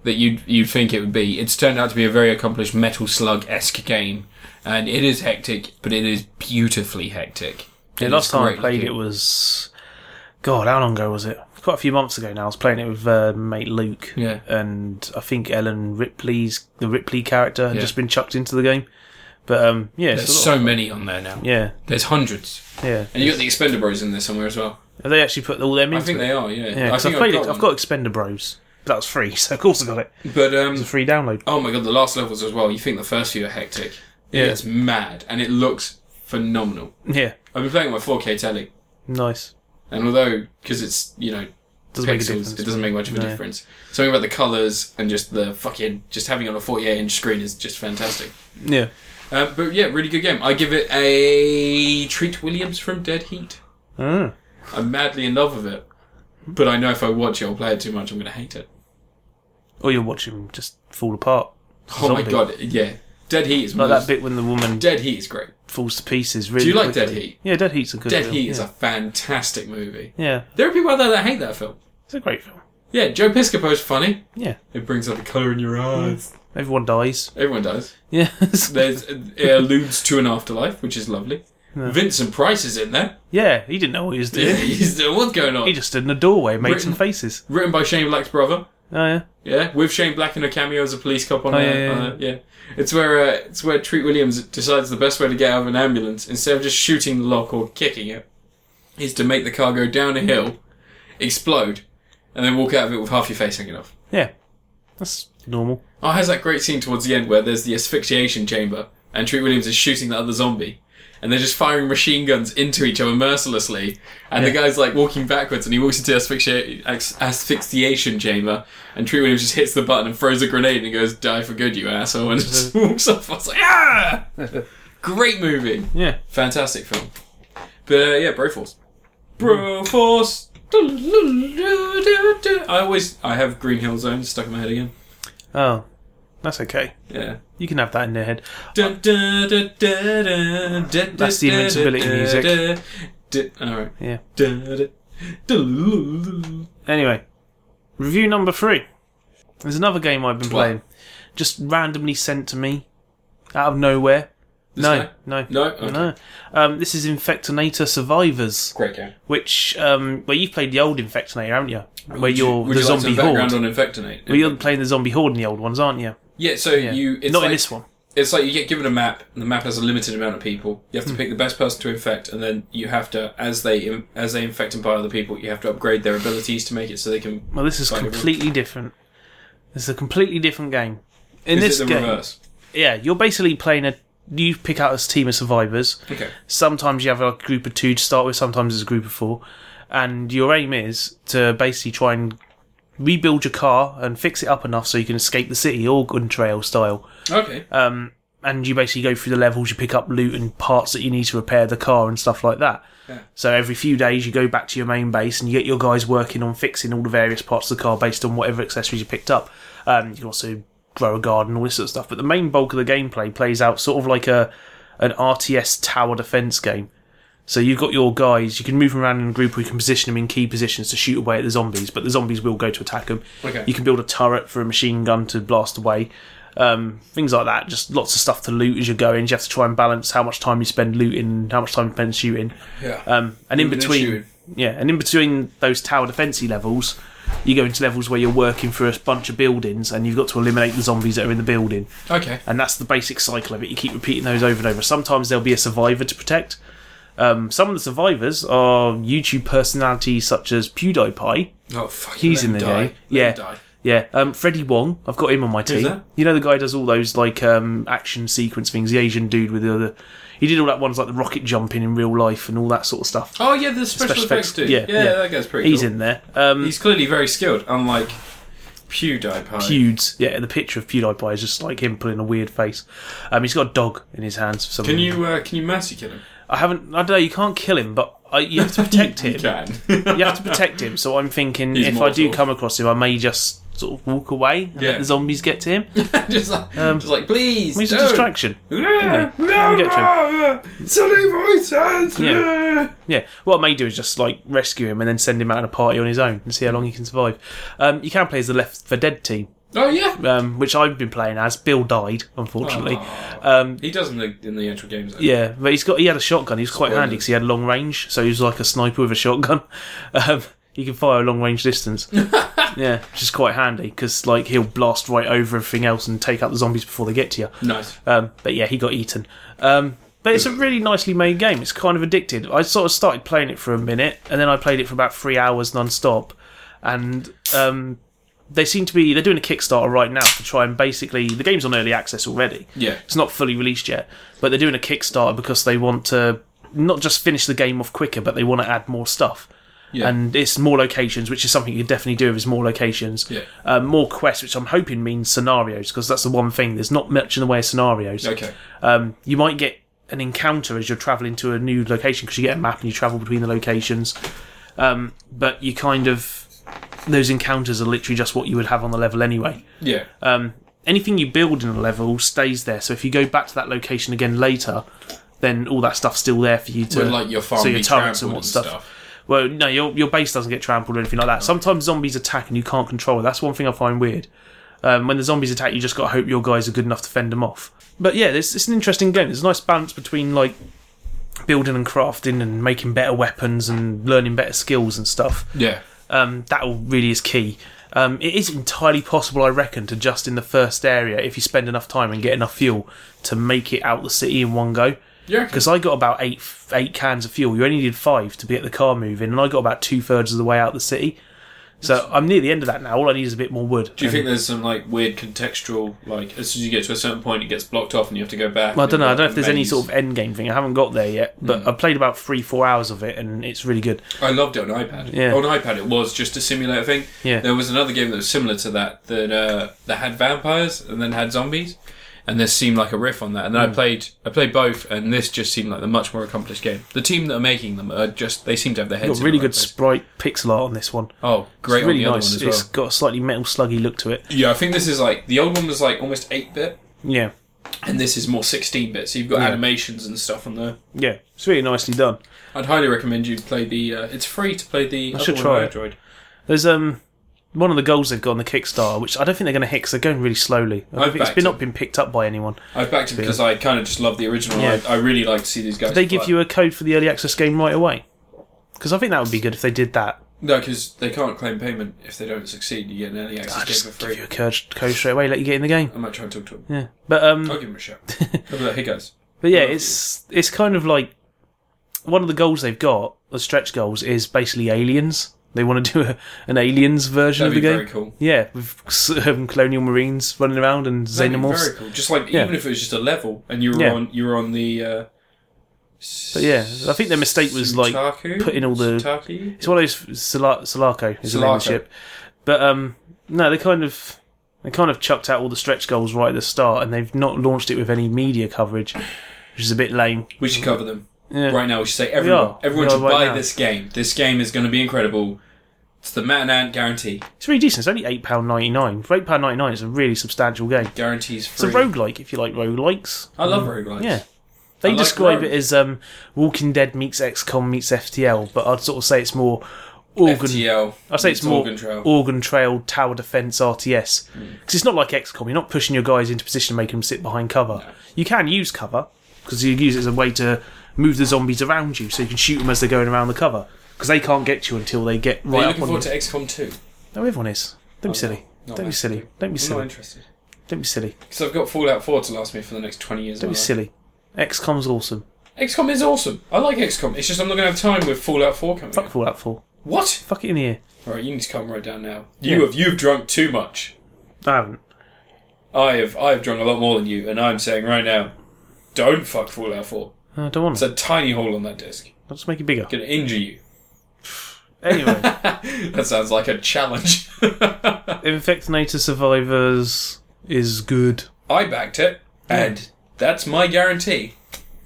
that you'd you'd think it would be. It's turned out to be a very accomplished Metal Slug esque game, and it is hectic, but it is beautifully hectic.
Yeah,
It
last
is
time I
great
played
looking.
it was, God, how long ago was it? Quite a few months ago now. I was playing it with uh, mate Luke,
Yeah.
and I think Ellen Ripley's the Ripley character had
Yeah.
just been chucked into the game. But um, yeah, it's
There's
a lot-
so many on there now.
yeah,
There's hundreds,
yeah.
and you got the Expender Bros in there somewhere as well.
Have they actually put all them in?
I think they are. Yeah,
Yeah,
I
because I've
think
played it. I've
one.
got Expender Bros. But that was free, so of course I got it.
but um,
It's a free download.
Oh my god, the last levels as well. You think the first few are hectic. It
Yeah.
gets mad, and it looks phenomenal.
Yeah,
I've been playing it on my 4K telly,
nice.
and although because it's you know
Doesn't make a
pixels,
difference.
it doesn't make much of a
No.
difference. Something about the colours and just the fucking just having it on a 48 inch screen is just fantastic.
Yeah,
Uh, but yeah, really good game. I give it a Treat Williams from Dead Heat.
Mm.
I'm madly in love with it, but I know if I watch it or play it too much, I'm going to hate it.
or you're watching them just fall apart.
Oh my
Zombie.
god, yeah, Dead Heat is
Like
one of
that
those-
bit when the woman
Dead Heat is great.
falls to pieces. Really
you like Dead
quickly.
Heat?
Yeah, Dead Heat's a good.
Dead
film,
Heat
yeah.
is a fantastic movie.
yeah,
There are people out there that hate that film.
it's a great film.
Yeah, Joe Piscopo's funny.
Yeah.
It brings out the colour in your eyes.
Everyone dies.
Everyone does.
Yeah.
There's, it alludes to an afterlife, which is lovely. Vincent Price is in there.
yeah, he didn't know what he was doing.
He's, what's going on?
He just stood in a doorway and made
Written-
some faces.
Written by Shane Black's brother.
Oh, yeah.
Yeah, with Shane Black in a cameo as a police cop on, a,
Oh, yeah, yeah,
on a- yeah. It's where uh, it's where Treat Williams decides the best way to get out of an ambulance instead of just shooting the lock or kicking it, is to make the car go down a hill, explode, and then walk out of it with half your face hanging off.
Yeah. That's normal.
Oh, it has that great scene towards the end where there's the asphyxiation chamber and Treat Williams is shooting the other zombie. And they're just firing machine guns into each other mercilessly. And the guy's like walking backwards and he walks into the asphyxia- ax- asphyxiation chamber. And Treat Williams just hits the button and throws a grenade and he goes, Die for good, you asshole. And just walks off. I was like, Ah! great movie.
Yeah.
Fantastic film. But uh, yeah, Broforce. Broforce! I always I have Green Hill Zone stuck in my head again.
Oh, that's okay.
Yeah.
You can have that in your head.
That's the
the invincibility music.
Alright.
Yeah.
It's
Anyway, review number three. There's another game I've been
Twat.
playing, just randomly sent to me out of nowhere. no,
guy?
no,
No? Okay.
no. Um, this is Infectinator Survivors,
Great game.
which um, well, you've played the old Infectinator, haven't you? Where you're
Would
the
you like some
zombie
background
horde.
on Infectinate?
Well, you're playing the zombie horde in the old ones, aren't you?
yeah, so you it's
Not
like,
in this one.
It's like you get given a map, and the map has a limited amount of people. You have
Hmm.
to pick the best person to infect, and then you have to, as they as they infect and buy other people, you have to upgrade their abilities to make it so they can.
Well, this is
Kind of
completely different. This is a completely different game. In
Is
this
it the
game,
reverse?
yeah, you're basically playing a. You pick out a team of survivors.
Okay.
Sometimes you have like a group of two to start with. Sometimes it's a group of four, and your aim is to basically try and rebuild your car and fix it up enough so you can escape the city, all gun trail style.
Okay.
Um, and you basically go through the levels, you pick up loot and parts that you need to repair the car and stuff like that.
Yeah.
So every few days you go back to your main base and you get your guys working on fixing all the various parts of the car based on whatever accessories you picked up. Um, you can also grow a garden, all this sort of stuff. But the main bulk of the gameplay plays out sort of like a an RTS tower defense game. So you've got your guys. You can move them around in a group. We can position them in key positions to shoot away at the zombies, but the zombies will go to attack them.
Okay.
You can build a turret for a machine gun to blast away. Um, things like that. Just lots of stuff to loot as you're going. You have to try and balance how much time you spend looting, how much time you spend shooting.
Yeah.
Um, and in
Looting and
between,
shooting.
yeah, and in between those tower defensive levels, you go into levels where you're working through a bunch of buildings, and you've got to eliminate the zombies that are in the building.
okay.
And that's the basic cycle of it. You keep repeating those over and over. Sometimes there'll be a survivor to protect. Um, some of the survivors are YouTube personalities such as PewDiePie.
Oh fuck.
He's
let
in
him
the
die.
game.
Let
Yeah.
him die.
Yeah, um, Freddie Wong. I've got him on my team.
that?
You know the guy who does all those like um, action sequence things. The Asian dude with the other. He did all that ones like the rocket jumping in real life and all that sort of stuff.
Oh yeah, the special,
Special
effects
effects,
dude.
yeah,
Yeah,
yeah.
that guy's pretty.
He's
cool.
in there. Um,
He's clearly very skilled, unlike PewDiePie.
Pewds. Yeah, the picture of PewDiePie is just like him pulling a weird face. Um, he's got a dog in his hands. For some
Can
reason.
you uh, can you massacre him?
I haven't. I don't know. You can't kill him, but I, you have to protect
You
him.
can.
you have to protect him. So I'm thinking,
He's
if I do
mortal.
come across him, I may just sort of walk away and
Yeah.
let the zombies get to him.
just, like,
Um,
just like please.
He's a
don't."
distraction.
Yeah,
Let me get to
no, no, Sonny voices.
Yeah. Yeah. What I may do is just like rescue him and then send him out on a party on his own and see how long he can survive. Um, you can play as the Left for Dead team,
Oh yeah.
um, which I've been playing as. Bill died, unfortunately.
Oh.
Um,
He does in the in the actual games. though.
Yeah, but he's got he had a shotgun. He was quite
Spoilers.
handy because he had long range, so he was like a sniper with a shotgun. Um, he can fire a long range distance. yeah, which is quite handy because like he'll blast right over everything else and take out the zombies before they get to you.
Nice.
Um, but yeah, he got eaten. Um, but it's a really nicely made game. It's kind of addicted. I sort of started playing it for a minute, and then I played it for about three hours non-stop. And um, they seem to be they're doing a Kickstarter right now to try and basically the game's on early access already.
Yeah.
it's not fully released yet, but they're doing a Kickstarter because they want to not just finish the game off quicker, but they want to add more stuff.
Yeah.
And it's more locations, which is something you can definitely do if it's more locations.
Yeah.
Um, more quests, which I'm hoping means scenarios, because that's the one thing. There's not much in the way of scenarios.
Okay.
Um, you might get an encounter as you're traveling to a new location because you get a map and you travel between the locations. Um, but you kind of those encounters are literally just what you would have on the level anyway.
Yeah.
Um, anything you build in a level stays there. So if you go back to that location again later, then all that stuff's still there for you to
When like your farm
so your
be
turrets
trampled
and
and,
what
stuff. Oh.
well, no, your your base doesn't get trampled or anything like that. Sometimes zombies attack and you can't control. it. That's one thing I find weird. Um, when the zombies attack, you just got to hope your guys are good enough to fend them off. But yeah, it's, it's an interesting game. There's a nice balance between like building and crafting and making better weapons and learning better skills and stuff.
Yeah.
Um, that all really is key. Um, it is entirely possible, I reckon, to just in the first area, if you spend enough time and get enough fuel, to make it out the city in one go.
Yeah.
Because I got about eight eight cans of fuel. You only needed five to get the car moving, and I got about two thirds of the way out the city. So I'm near the end of that now. All I need is a bit more wood.
Do you think there's some like weird contextual like as soon as you get to a certain point it gets blocked off and you have to go back?
I don't know. I don't know if there's any sort of end game thing. I haven't got there yet, but
Hmm.
I played about three four hours of it, and it's really good.
I loved it on iPad.
Yeah.
On iPad it was just a simulator thing.
Yeah.
There was another game that was similar to that that uh, that had vampires and then had zombies, and this seemed like a riff on that. And then
Hmm.
I played I played both, and this just seemed like the much more accomplished game. The team that are making them are just they seem to have their heads.
Got
in
really
the right
good
place.
sprite pixel art on this one.
Oh, great!
It's really
on the
nice.
Other one as
It's
well.
got a slightly metal sluggy look to it.
Yeah, I think this is like the old one was like almost eight bit,
Yeah.
and this is more sixteen bit. So you've got animations and stuff on there.
Yeah, it's really nicely done.
I'd highly recommend you play the. Uh, it's free to play the. I
should try it.
Android.
There's um one of the goals they've got on the Kickstarter, which I don't think they're going to hit 'cause they're going really slowly. I don't
I've
think it's
backed
been
it.
not been picked up by anyone.
I've backed it because I kind of just love the original.
Yeah.
I, I really like to see these guys.
They give
play.
you a code for the early access game right away because I think that would be good if they did that.
No, because they can't claim payment if they don't succeed. You get an early access
I
game for
just give
free.
you a code, code straight away, let you get in the game.
I might try and talk to him.
Yeah, but um,
I'll give him a shout. I'll be like, hey guys.
But yeah,
Love
it's it's kind of like one of the goals they've got, the stretch goals, is basically aliens. They want to do a, an aliens version
That'd
of
be
the
very
game.
cool.
Yeah, with s- um, colonial marines running around and
That'd be
xenomorphs.
Very cool. Just like
Yeah.
even if it was just a level and you were
Yeah.
on you were on the. Uh,
But yeah, I think their mistake was like
Sutaku?
putting all the-
Sutaki?
It's one of those Sula- Sulaco is the name
Sulaco.
of the ship. But um, no, they kind of they kind of chucked out all the stretch goals right at the start, and they've not launched it with any media coverage, which is a bit lame.
We should cover them
Yeah.
right now. We should say everyone,
are.
everyone
We are
should
right
buy
now.
this game. This game is going to be incredible. It's the Matt and Ant guarantee.
It's really decent. It's only eight pound ninety nine. For eight pound ninety nine, it's a really substantial game.
Guarantees
It's a
free.
roguelike if you like roguelikes.
I love roguelikes.
Yeah. They
I like
describe
rogue.
it as um, Walking Dead meets XCOM meets FTL, but I'd sort of say it's more organ.
FTL.
I'd say it's, more
Organ Trail. Hmm.
Organ Trail Tower Defense RTS because it's not like XCOM. You're not pushing your guys into position, and making them sit behind cover. You can use cover because you use it as a way to move the zombies around you, so you can shoot them as they're going around the cover because they can't get you until they get
Are you
right up
looking
on
forward
you.
to XCOM 2?
No, everyone is. Don't be silly.
not
Don't be
me.
silly. Don't be
I'm not
silly.
interested.
Don't be silly.
Because I've got Fallout 4 to last me for the next 20 years.
Don't
of my
be
life.
silly. XCOM's awesome.
XCOM is awesome. I like XCOM. It's just I'm not going to have time with Fallout 4 coming.
Fuck
out.
Fallout 4.
What?
Fuck it in here.
Alright, you need to calm right down now. You
Yeah.
have you've drunk too much.
I haven't.
I have I have drunk a lot more than you, and I'm saying right now, don't fuck Fallout 4.
I don't want
It's
it.
a tiny hole on that disc.
I'll just make it bigger.
Gonna injure you.
Anyway,
That sounds like a challenge.
Infectinator Survivors is good.
I backed it, and that's my guarantee.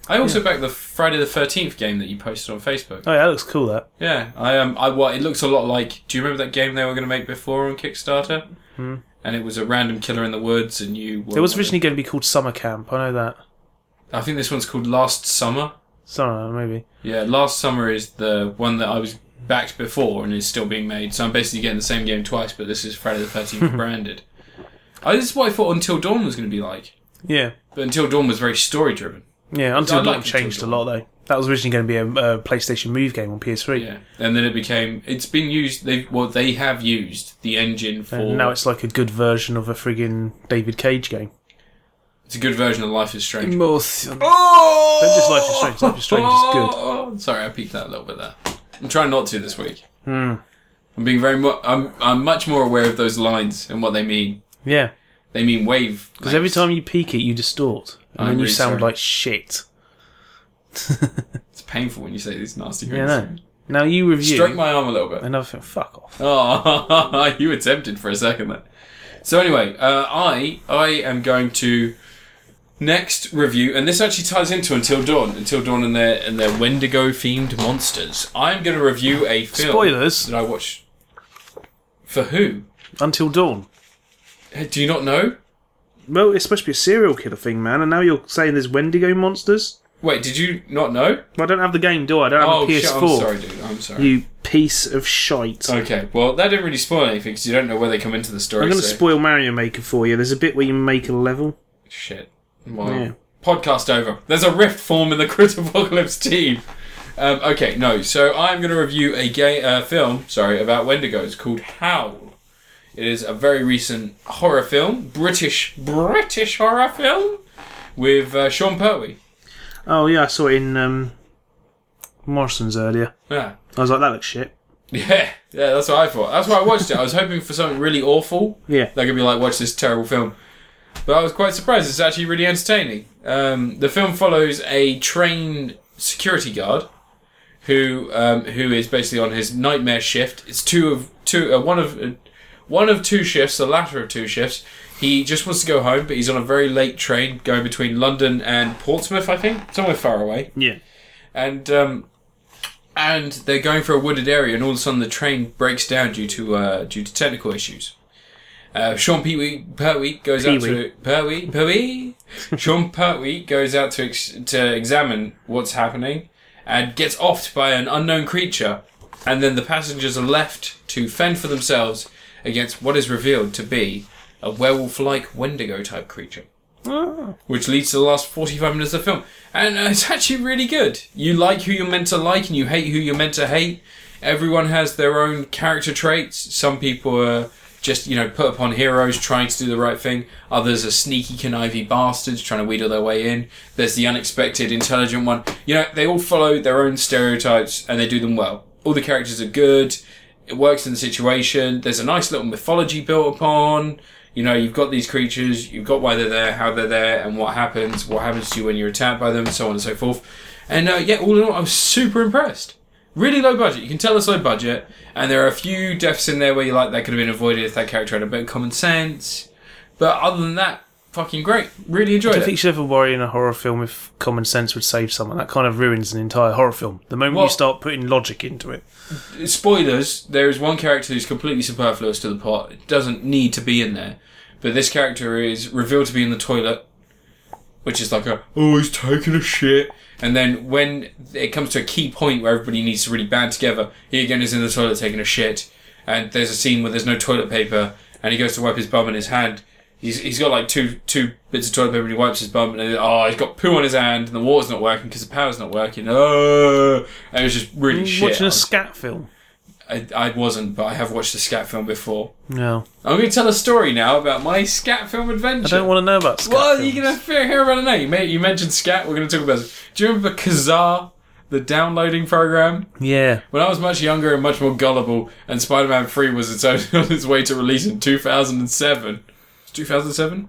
I also backed the Friday the Thirteenth game that you posted on Facebook.
Oh yeah, that looks cool. That
Yeah, I um, I well, it looks a lot like. Do you remember that game they were going to make before on Kickstarter? Hmm. And it was a random killer in the woods, and you. Were
it was originally going to be called Summer Camp. I know that.
I think this one's called Last Summer.
Summer maybe.
Yeah, Last Summer is the one that I was backed before and is still being made. So I'm basically getting the same game twice, but this is Friday the Thirteenth branded. I, this is what I thought Until Dawn was going to be like,
Yeah,
but Until Dawn was very story driven.
yeah. Until
I
Dawn
like
changed a
Until
lot though. That was originally going to be a, uh PlayStation Move game on PS3.
Yeah, and then it became. It's been used. They well, they have used the engine for.
And now Uh, it's like a good version of a friggin' David Cage game.
it's a good version of Life is Strange.
Oh! Don't Mm. just Life is Strange. Life is Strange is good.
Oh, sorry, I peaked that a little bit there. I'm trying not to this week.
Hmm.
I'm being very much. I'm I'm much more aware of those lines and what they mean.
Yeah,
They mean wave.
because every time you peek it, you distort, and
I'm
then you
really
sound
sorry.
like shit.
it's painful when you say these nasty things.
Yeah, no. Now you review
Stroke my arm a little bit.
another thing. Fuck off.
Oh, you were tempted for a second there. So anyway, uh, I I am going to next review, and this actually ties into Until Dawn, Until Dawn and their and their Wendigo themed monsters. I am going to review a film
Spoilers
that I watched. For who?
until dawn.
Do you not know?
Well, it's supposed to be a serial killer thing, man, and now you're saying there's Wendigo monsters.
Wait, did you not know?
I don't have the game, do I? I don't have
Oh
a PS4.
shit! I'm sorry, dude. I'm sorry.
You piece of shite.
Okay, well that didn't really spoil anything because you don't know where they come into the story.
I'm going to
so-
spoil Mario Maker for you. There's a bit where you make a level.
Shit. Wow.
Yeah.
Podcast over. There's a rift form in the Crit Apocalypse team. Um, okay, no. So I'm going to review a gay uh, film, sorry, about Wendigos called Howl. It is a very recent horror film, British British horror film with uh, Sean Pertwee.
Oh yeah, I saw it in um, Morrison's earlier.
Yeah.
I was like, that looks shit.
Yeah, yeah, that's what I thought. That's why I watched it. I was hoping for something really awful.
Yeah.
They could be like, watch this terrible film. But I was quite surprised. It's actually really entertaining. Um, the film follows a trained security guard who um, who is basically on his nightmare shift. It's two of two, uh, one of uh, one of two shifts, the latter of two shifts. He just wants to go home, but he's on a very late train going between London and Portsmouth, I think, somewhere far away
Yeah.
and um, and they're going for a wooded area, and all of a sudden the train breaks down due to uh, due to technical issues. Uh, Sean Pee-wee, Pertwee goes out
Pee-wee.
to Pertwee Pertwee. Sean Pertwee goes out to ex- to examine what's happening, and gets offed by an unknown creature, and then the passengers are left to fend for themselves against what is revealed to be a werewolf-like Wendigo type creature
Oh,
which leads to the last 45 minutes of the film. And uh, it's actually really good. You like who you're meant to like and you hate who you're meant to hate. Everyone has their own character traits. Some people are just, you know, put upon heroes trying to do the right thing. Others are sneaky, conniving bastards trying to wheedle their way in. There's the unexpected, intelligent one. You know, they all follow their own stereotypes and they do them well. All the characters are good. It works in the situation. There's a nice little mythology built upon. You know, you've got these creatures, you've got why they're there, how they're there, and what happens, what happens to you when you're attacked by them, so on and so forth. And uh, yeah, all in all, I was super impressed. Really low budget. You can tell it's low budget, and there are a few deaths in there where you're like, that could have been avoided if that character had a bit of common sense. But other than that, fucking great. Really enjoyed
I
it.
think you should ever worry in a horror film if common sense would save someone. That kind of ruins an entire horror film. The moment
Well-
you start putting logic into it,
spoilers, there is one character who's completely superfluous to the plot. It doesn't need to be in there. But this character is revealed to be in the toilet, which is like a, oh, he's taking a shit. And then when it comes to a key point where everybody needs to really band together, he again is in the toilet taking a shit. And there's a scene where there's no toilet paper, and he goes to wipe his bum in his hand. He's, he's got like two two bits of toilet paper and he wipes his bum and then, oh he's got poo on his hand and the water's not working because the power's not working oh and it was just really shit
watching
I
a
was
scat film.
I, I wasn't, but I have watched a scat film before.
No,
I'm going to tell a story now about my scat film
I
adventure.
don't want to know about scat
well,
films.
you're going to hear about it now. You, may, you mentioned scat. We're going to talk about it. Do you remember Kazaa, the downloading program?
Yeah,
When I was much younger and much more gullible, and Spider-Man 3 was its own, on its way to release in 2007. 2007?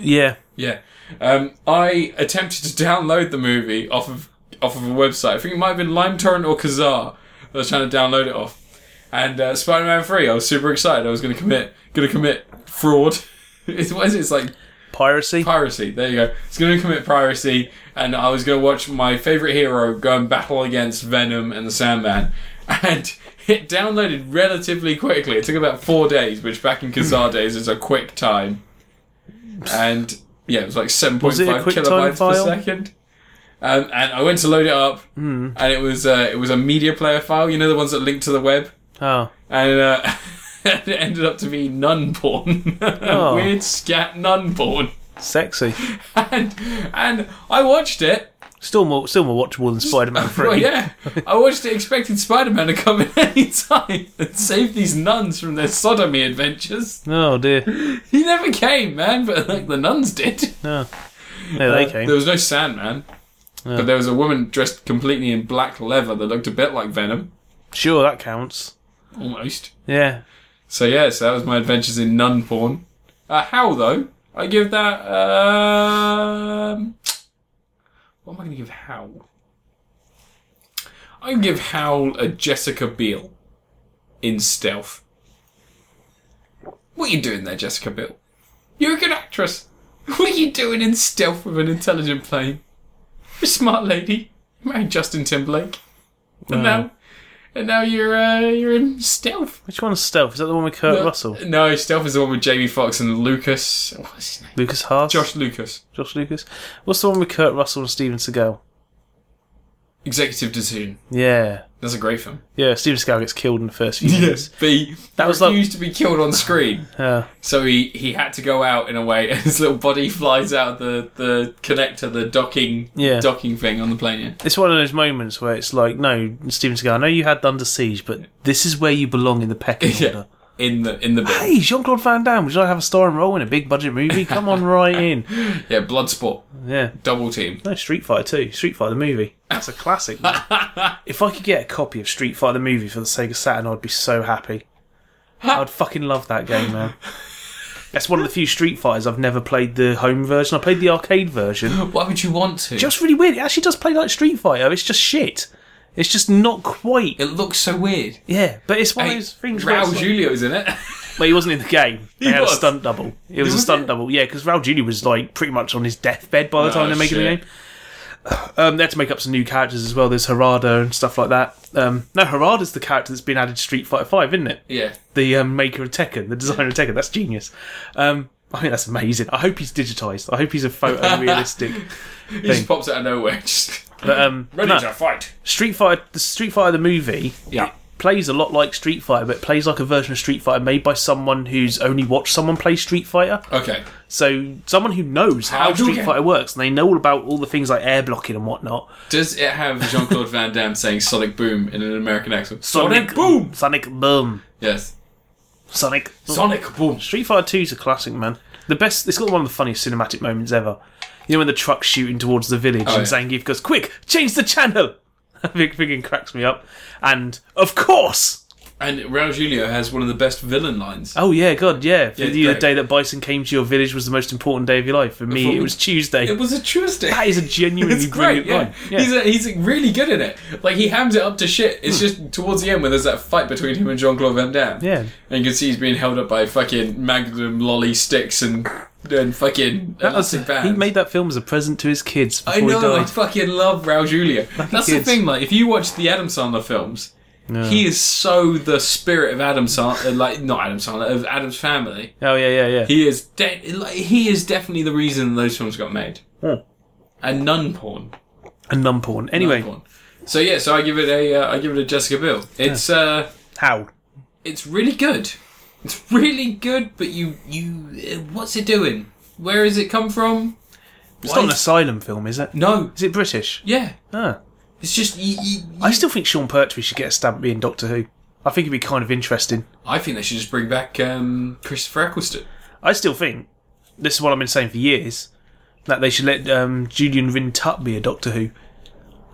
yeah.
Yeah. Um, I attempted to download the movie off of off of a website. I think it might have been LimeTorrent or Kazaa. I was trying to download it off. And uh, Spider-Man 3, I was super excited. I was going to commit going to commit fraud. It's, what is it? It's like
Piracy.
piracy. There you go. It's going to commit piracy, and I was going to watch my favorite hero go and battle against Venom and the Sandman. And it downloaded relatively quickly. It took about four days, which back in Kazaa days is a quick time. And yeah, it was like seven point
Was it a
five
quick time
kilobytes per
file?
second. Um, and I went to load it up,
Hmm.
and it was uh, it was a media player file. You know the ones that link to the web
oh,
and uh, it ended up to be nun porn,
Oh.
weird scat nun porn,
sexy.
and and I watched it.
Still more, still more watchable than Spider-Man Three.
Well, yeah, I watched it, expecting Spider-Man to come in any time and save these nuns from their sodomy adventures.
Oh dear.
He never came, man, but like the nuns did.
No, no, they came.
There was no Sandman, but there was a woman dressed completely in black leather that looked a bit like Venom,
Sure, that counts.
almost.
Yeah.
So yes, that was my adventures in nun porn. Uh, how though? I give that. Um, what am I going to give How? I give Howl a Jessica Biel in Stealth. What are you doing there, Jessica Biel? You're a good actress. What are you doing in Stealth with an intelligent plane? You're a smart lady. You married Justin Timberlake, and now, and now you're uh, you're in Stealth.
Which one's Stealth? Is that the one with Kurt Russell?
No, Stealth is the one with Jamie Foxx and Lucas. What's his name?
Lucas Haas?
Josh Lucas.
Josh Lucas? What's the one with Kurt Russell and Steven Seagal?
Executive Decision.
Yeah.
That's a great film.
Yeah, Steven Seagal gets killed in the first few minutes.
B. That
That
was
was like-
refused to be killed on screen,
Uh,
so he, he had to go out in a way, and his little body flies out the, the connector, the docking
Yeah.
docking thing on the plane. Yeah.
it's one of those moments where it's like, no, Steven Seagal, I know you had Under Siege, but this is where you belong in the pecking
yeah.
order.
In the in the bin.
Hey, Jean Claude Van Damme, would you like to have a starring role in a big budget movie? Come on, right in.
Yeah, Bloodsport,
Yeah.
double team.
No, Street Fighter 2. Street Fighter the movie. That's a classic. man. if I could get a copy of Street Fighter the movie for the Sega Saturn, I'd be so happy. I'd fucking love that game, man. That's one of the few Street Fighters I've never played the home version. I played the arcade version.
Why would you want to?
Just really weird. It actually does play like Street Fighter. It's just shit. It's just not quite.
it looks so weird.
Yeah, but it's one of
Hey,
those things where.
Raul
it's like-
Julio's in it.
Well, he wasn't in the game. They
He
had
was.
a stunt double. It was a
Was
stunt
it?
double, yeah, because Raul Julia was like pretty much on his deathbed by the
Oh,
time they're making
shit.
the game. Um, they had to make up some new characters as well. There's Harada and stuff like that. Um, no, Harada's the character that's been added to Street Fighter Five, isn't it?
yeah.
The um, maker of Tekken, the designer of Tekken. That's genius. Um, I think that's amazing. I hope he's digitized. I hope he's a photorealistic.
He just pops out of nowhere. Just
but um,
ready
no,
to fight.
Street Fighter, the Street Fighter the movie,
Yeah.
plays a lot like Street Fighter, but it plays like a version of Street Fighter made by someone who's only watched someone play Street Fighter.
Okay.
So someone who knows how,
How do
Street
you-
Fighter works and they know all about all the things like air blocking and whatnot.
Does it have Jean Claude Van Damme saying Sonic Boom in an American accent?
Sonic Boom,
Yes.
Sonic.
Sonic Boom.
Street Fighter Two's a classic, man. The best. It's got one of the funniest cinematic moments ever. You know when the truck's shooting towards the village and
Oh, yeah.
Zangief goes, "Quick, change the channel." That freaking cracks me up. And of course.
And Raul Julio has one of the best villain lines.
Oh yeah, God, yeah. For
Yeah,
you, the
great.
day that Bison came to your village was the most important day of your life. For me,
For
it
me-
was Tuesday.
It was a Tuesday.
that is a genuinely
It's great.
brilliant
Yeah.
line. Yeah. Hmm.
He's, a, he's really good in it. Like, he hams it up to shit. It's just towards the end where there's that fight between him and Jean Claude Van Damme.
Yeah.
And you can see he's being held up by fucking Magnum lolly sticks and doing fucking
That was-
elastic bands.
he made that film as a present to his kids before
I know,
he died.
I fucking love Raul Julia. That's the
kids.
thing, like, if you watch the Adam Sandler films, he is so the spirit of Adam Sandler, like, not Adam Sandler, of Adam's family.
oh yeah, yeah, yeah.
He is de- like, he is definitely the reason those films got made.
Hmm.
And nun porn.
and nun porn. Anyway,
Nun porn. So yeah, so I give it a uh, I give it a Jessica Biel. It's uh
how?
it's really good. It's really good, but you you uh, what's it doing? Where has it come from?
It's
Why
not an
is-
asylum film, is it?
no.
Is it British?
Yeah.
Ah.
It's just you, you,
I still think Sean Pertwee should get a stab at being Doctor Who. I think it'd be kind of interesting.
I think they should just bring back um, Christopher Eccleston.
I still think this is what I've been saying for years that they should let um, Julian Rintut be a Doctor Who.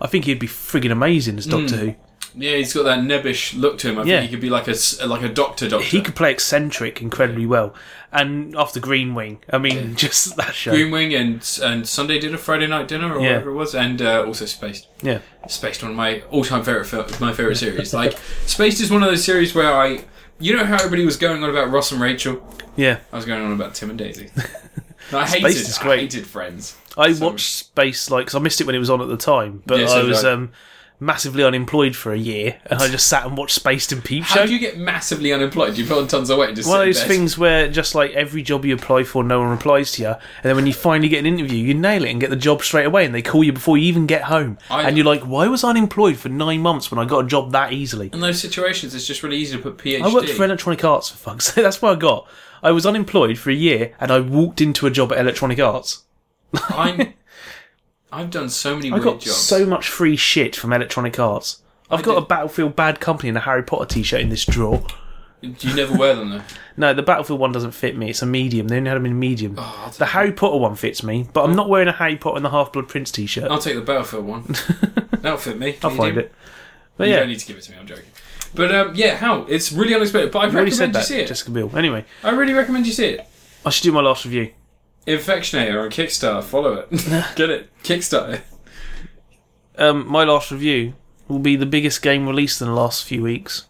I think he'd be friggin' amazing as
Mm.
Doctor Who.
Yeah, he's got that nebbish look to him. I
Yeah.
think he could be like a s- like a doctor doctor.
He could play eccentric incredibly well, and after Green Wing, I mean, just that show.
Green Wing and and Sunday Dinner, Friday Night Dinner, or
Yeah.
whatever it was, and uh, also Spaced.
yeah,
Spaced one of my all time favorite fil- my favorite series. Like Spaced is one of those series where I, you know how everybody was going on about Ross and Rachel.
yeah.
I was going on about Tim and Daisy. No, I hated
Spaced is great.
I hated Friends.
I
So-
watched Space like 'cause I missed it when it was on at the time, but
Yeah, so
I
did
was
I.
um, massively unemployed for a year, and I just sat and watched Spaced and Peep
How
Show.
do you get massively unemployed? You put on tons of weight. And just
One of
sit in
those
bed?
things where just like every job you apply for, no one replies to you, and then when you finally get an interview, you nail it and get the job straight away, and they call you before you even get home,
I-
and you're like, "Why was I unemployed for nine months when I got a job that easily?"
In those situations, it's just really easy to put PhD.
I worked for Electronic Arts for fuck's sake. That's what I got. I was unemployed for a year, and I walked into a job at Electronic Arts.
I'm. I've done so many
I
weird
got
jobs.
so much free shit from Electronic Arts. I've got
did.
a Battlefield Bad Company and a Harry Potter T-shirt in this drawer.
You never wear them though.
No, the Battlefield one doesn't fit me. It's a medium. They only had them in medium.
I'll
the Harry Potter one fits me, but
Oh.
I'm not wearing a Harry Potter and the Half Blood Prince T-shirt.
I'll take the Battlefield one. That'll fit me.
I'll
You
find
do?
it. But
You
yeah,
don't need to give it to me. I'm joking. But um, yeah, how it's really unexpected. But I
I already
recommend
said
you
that.
see it.
Jessica Biel. Anyway,
I really recommend you see it.
I should do my last review.
Infectionator on Kickstarter. Follow it. Get it. Kickstarter.
um, my last review will be the biggest game released in the last few weeks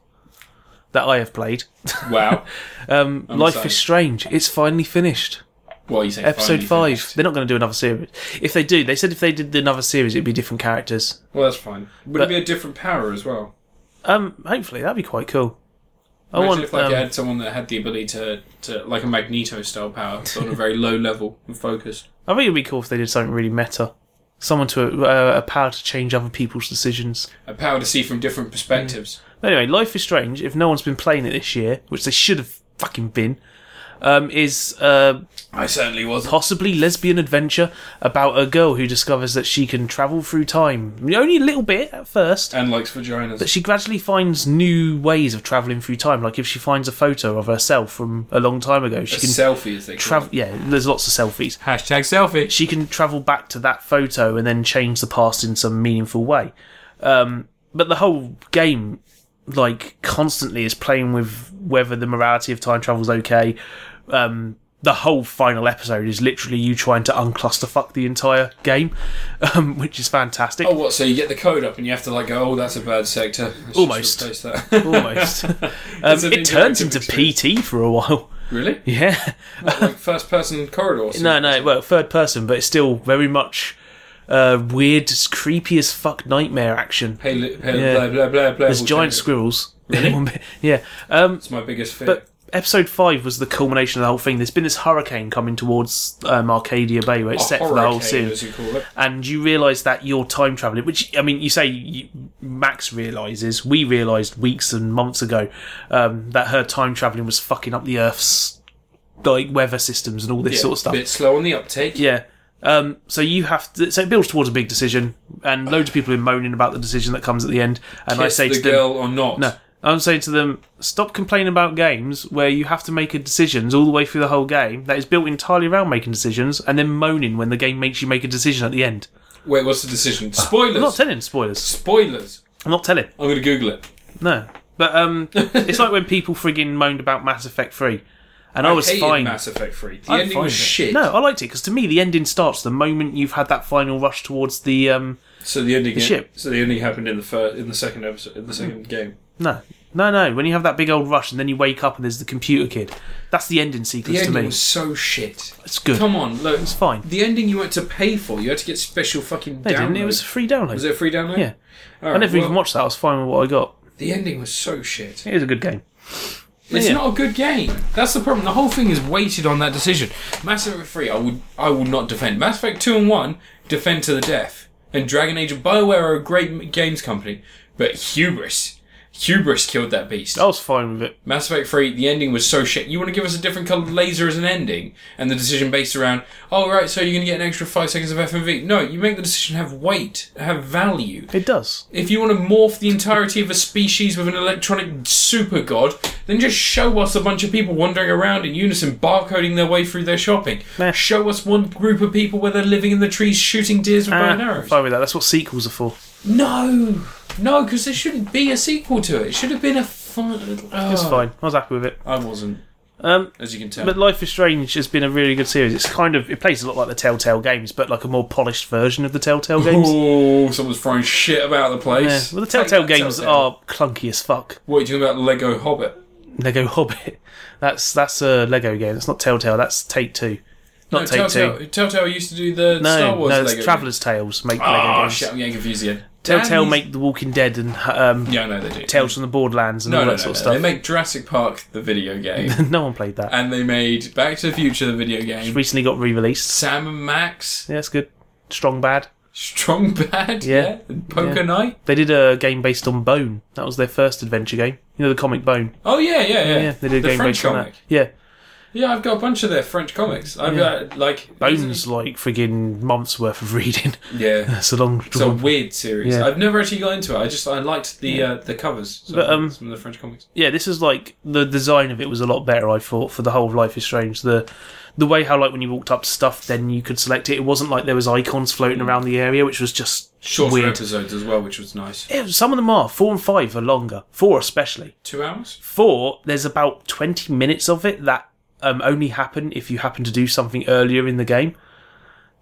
that I have played.
Wow.
Um, Life
excited.
is Strange. It's finally finished.
What are you saying?
Episode
finally
five.
finished?
They're not going to do another series. If they do, they said if they did another series, it'd be different characters.
Well, that's fine. Would it
But-
be a different power as well?
Um, hopefully that'd be quite cool. I
Imagine
want.
if like
um,
you had someone that had the ability to, to like a Magneto style power, but on a very low level and focused.
I think it'd be cool if they did something really meta. Someone to uh, a power to change other people's decisions.
A power to see from different perspectives.
Anyway, Life is Strange, if no one's been playing it this year, which they should have fucking been, um, is uh,
I certainly was.
possibly lesbian adventure about a girl who discovers that she can travel through time. Only a little bit at first,
And likes vaginas.
but she gradually finds new ways of traveling through time. Like if she finds a photo of herself from a long time ago, she
A
can
selfie as they
travel. Yeah, there's lots of selfies.
Hashtag selfie.
She can travel back to that photo and then change the past in some meaningful way. Um, but the whole game, like, constantly is playing with whether the morality of time travel is okay. Um, the whole final episode is literally you trying to uncluster fuck the entire game, um, which is fantastic.
Oh, what? So you get the code up and you have to like go, oh, that's a bad sector. Let's just
Almost.
replace that.
Almost. um,
It's an
it turns
interactive
into
experience.
PT for a while.
really?
Yeah.
Like first person corridors.
No, no, well, third person, but it's still very much uh, weird, creepy as fuck nightmare action.
Hey, li- hey blah,
Yeah.
blah, blah, blah.
There's
we'll
giant
change it.
squirrels. yeah. Um,
It's my biggest fear.
but episode five was the culmination of the whole thing. There's been this hurricane coming towards um, Arcadia Bay where it's
A
set for the whole
horricane, as
series.
you call it.
And you realise that you're time travelling, which, I mean, you say you, Max realises, we realised weeks and months ago um, that her time travelling was fucking up the Earth's like weather systems and all this
Yeah,
sort of stuff.
Bit slow on the uptake.
Yeah. Um, so you have to. So it builds towards a big decision, and loads of people are moaning about the decision that comes at the end. And I
Kiss
say
the
to them,
girl or not?
no, I'm saying to them, stop complaining about games where you have to make a decisions all the way through the whole game that is built entirely around making decisions, and then moaning when the game makes you make a decision at the end.
Wait, what's the decision?
Ah, I'm not
Spoilers.
telling spoilers.
Spoilers.
I'm not telling.
I'm going to Google it.
No, but um, it's like when people frigging moaned about Mass Effect Three, and I, was
hated
fine.
Mass Effect 3. The
I'm
ending
fine
was
with it.
shit.
No, I liked it because to me the ending starts the moment you've had that final rush towards the um.
So the ending.
ship.
So the ending happened in the first, in the second episode, in the second game.
No, No, no. When you have that big old rush and then you wake up and there's the computer kid. That's the ending
The
sequence to
ending
me.
was so shit.
It's good.
Come on, look.
It's fine.
The ending you had to pay for. You had to get special fucking.
They didn't. It
download.
was a free download.
Was it a free download?
Yeah.
All
I
right,
never even
well,
watched that. I was fine with what I got.
The ending was so shit.
It was a good game.
It's
Yeah.
not a good game. That's the problem. The whole thing is weighted on that decision. Mass Effect 3, I would I will not defend. Mass Effect 2 and 1, defend to the death. And Dragon Age and BioWare are a great m- games company, but hubris. Hubris killed that beast.
I was fine with it.
Mass Effect 3, the ending was so shit. You want to give us a different coloured laser as an ending? And the decision based around, oh, right, so you're going to get an extra five seconds of FMV. No, you make the decision have weight, have value.
It does.
If you want to morph the entirety of a species with an electronic super god, then just show us a bunch of people wandering around in unison, barcoding their way through their shopping.
Nah.
Show us one group of people where they're living in the trees shooting deers with bow
Ah,
and
I'm
arrows.
fine with that. That's what sequels are for.
No! No, because there shouldn't be a sequel to it. It should have been a fun. little-
It's
Oh.
fine. I was happy with it.
I wasn't,
Um,
as you can tell.
But Life is Strange has been a really good series. It's kind of it plays a lot like the Telltale games, but like a more polished version of the Telltale games.
Oh, someone's throwing shit about the
Yeah.
place.
Well, the Telltale
Take that,
games
Telltale.
are clunky as fuck.
What are you talking about, Lego Hobbit?
Lego Hobbit. That's that's a Lego game. It's not Telltale. That's Take Two, not
no,
Take
Telltale,
Two.
Telltale used to do the
No,
Star Wars
no,
Lego.
it's Traveller's Tales make Lego
Oh,
games.
shit, I'm getting confused again.
Telltale
Daddy's-
make The Walking Dead and um,
Yeah, no, they do.
Tales from the Borderlands and
no,
all
no,
that
no,
sort
no.
of
They
stuff.
make Jurassic Park the video game,
no one played that.
and they made Back to the Future the video game.
Recently got re-released.
Sam and Max,
Yeah, that's good. Strong Bad.
Strong Bad,
Yeah.
yeah, and Poker
Yeah.
Night.
They did a game based on Bone. That was their first adventure game. You know the comic Bone.
Oh yeah, yeah, yeah.
Yeah, they did a
the
game
French
based on
comic.
that. Yeah,
Yeah, I've got a bunch of their French comics. I've
Yeah.
got like
Bones like friggin' months worth of reading.
Yeah,
That's a long.
it's a weird series.
Yeah.
I've never actually got into it. I just I liked the uh, the covers. So
But, um,
some of the French comics.
yeah, this is like the design of it was a lot better. I thought for the whole of Life is Strange, the the way how like when you walked up stuff, then you could select it. It wasn't like there was icons floating around the area, which was just
Shorter
weird.
episodes as well, which was nice.
Yeah, some of them are four and five are longer. Four especially.
Two hours.
Four, there's about twenty minutes of it that um, only happen if you happen to do something earlier in the game.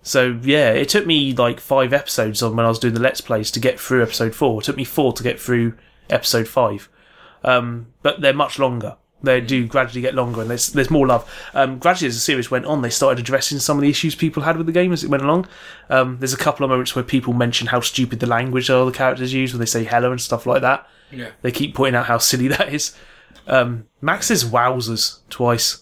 So yeah, it took me like five episodes on when I was doing the let's plays to get through episode four. It took me four to get through episode five, um, but they're much longer. They do gradually get longer, and there's there's more love. Um, gradually, as the series went on, they started addressing some of the issues people had with the game as it went along. Um, there's a couple of moments where people mention how stupid the language all the characters use when they say hello and stuff like that.
Yeah.
They keep pointing out how silly that is. Um, Max says wowzers twice.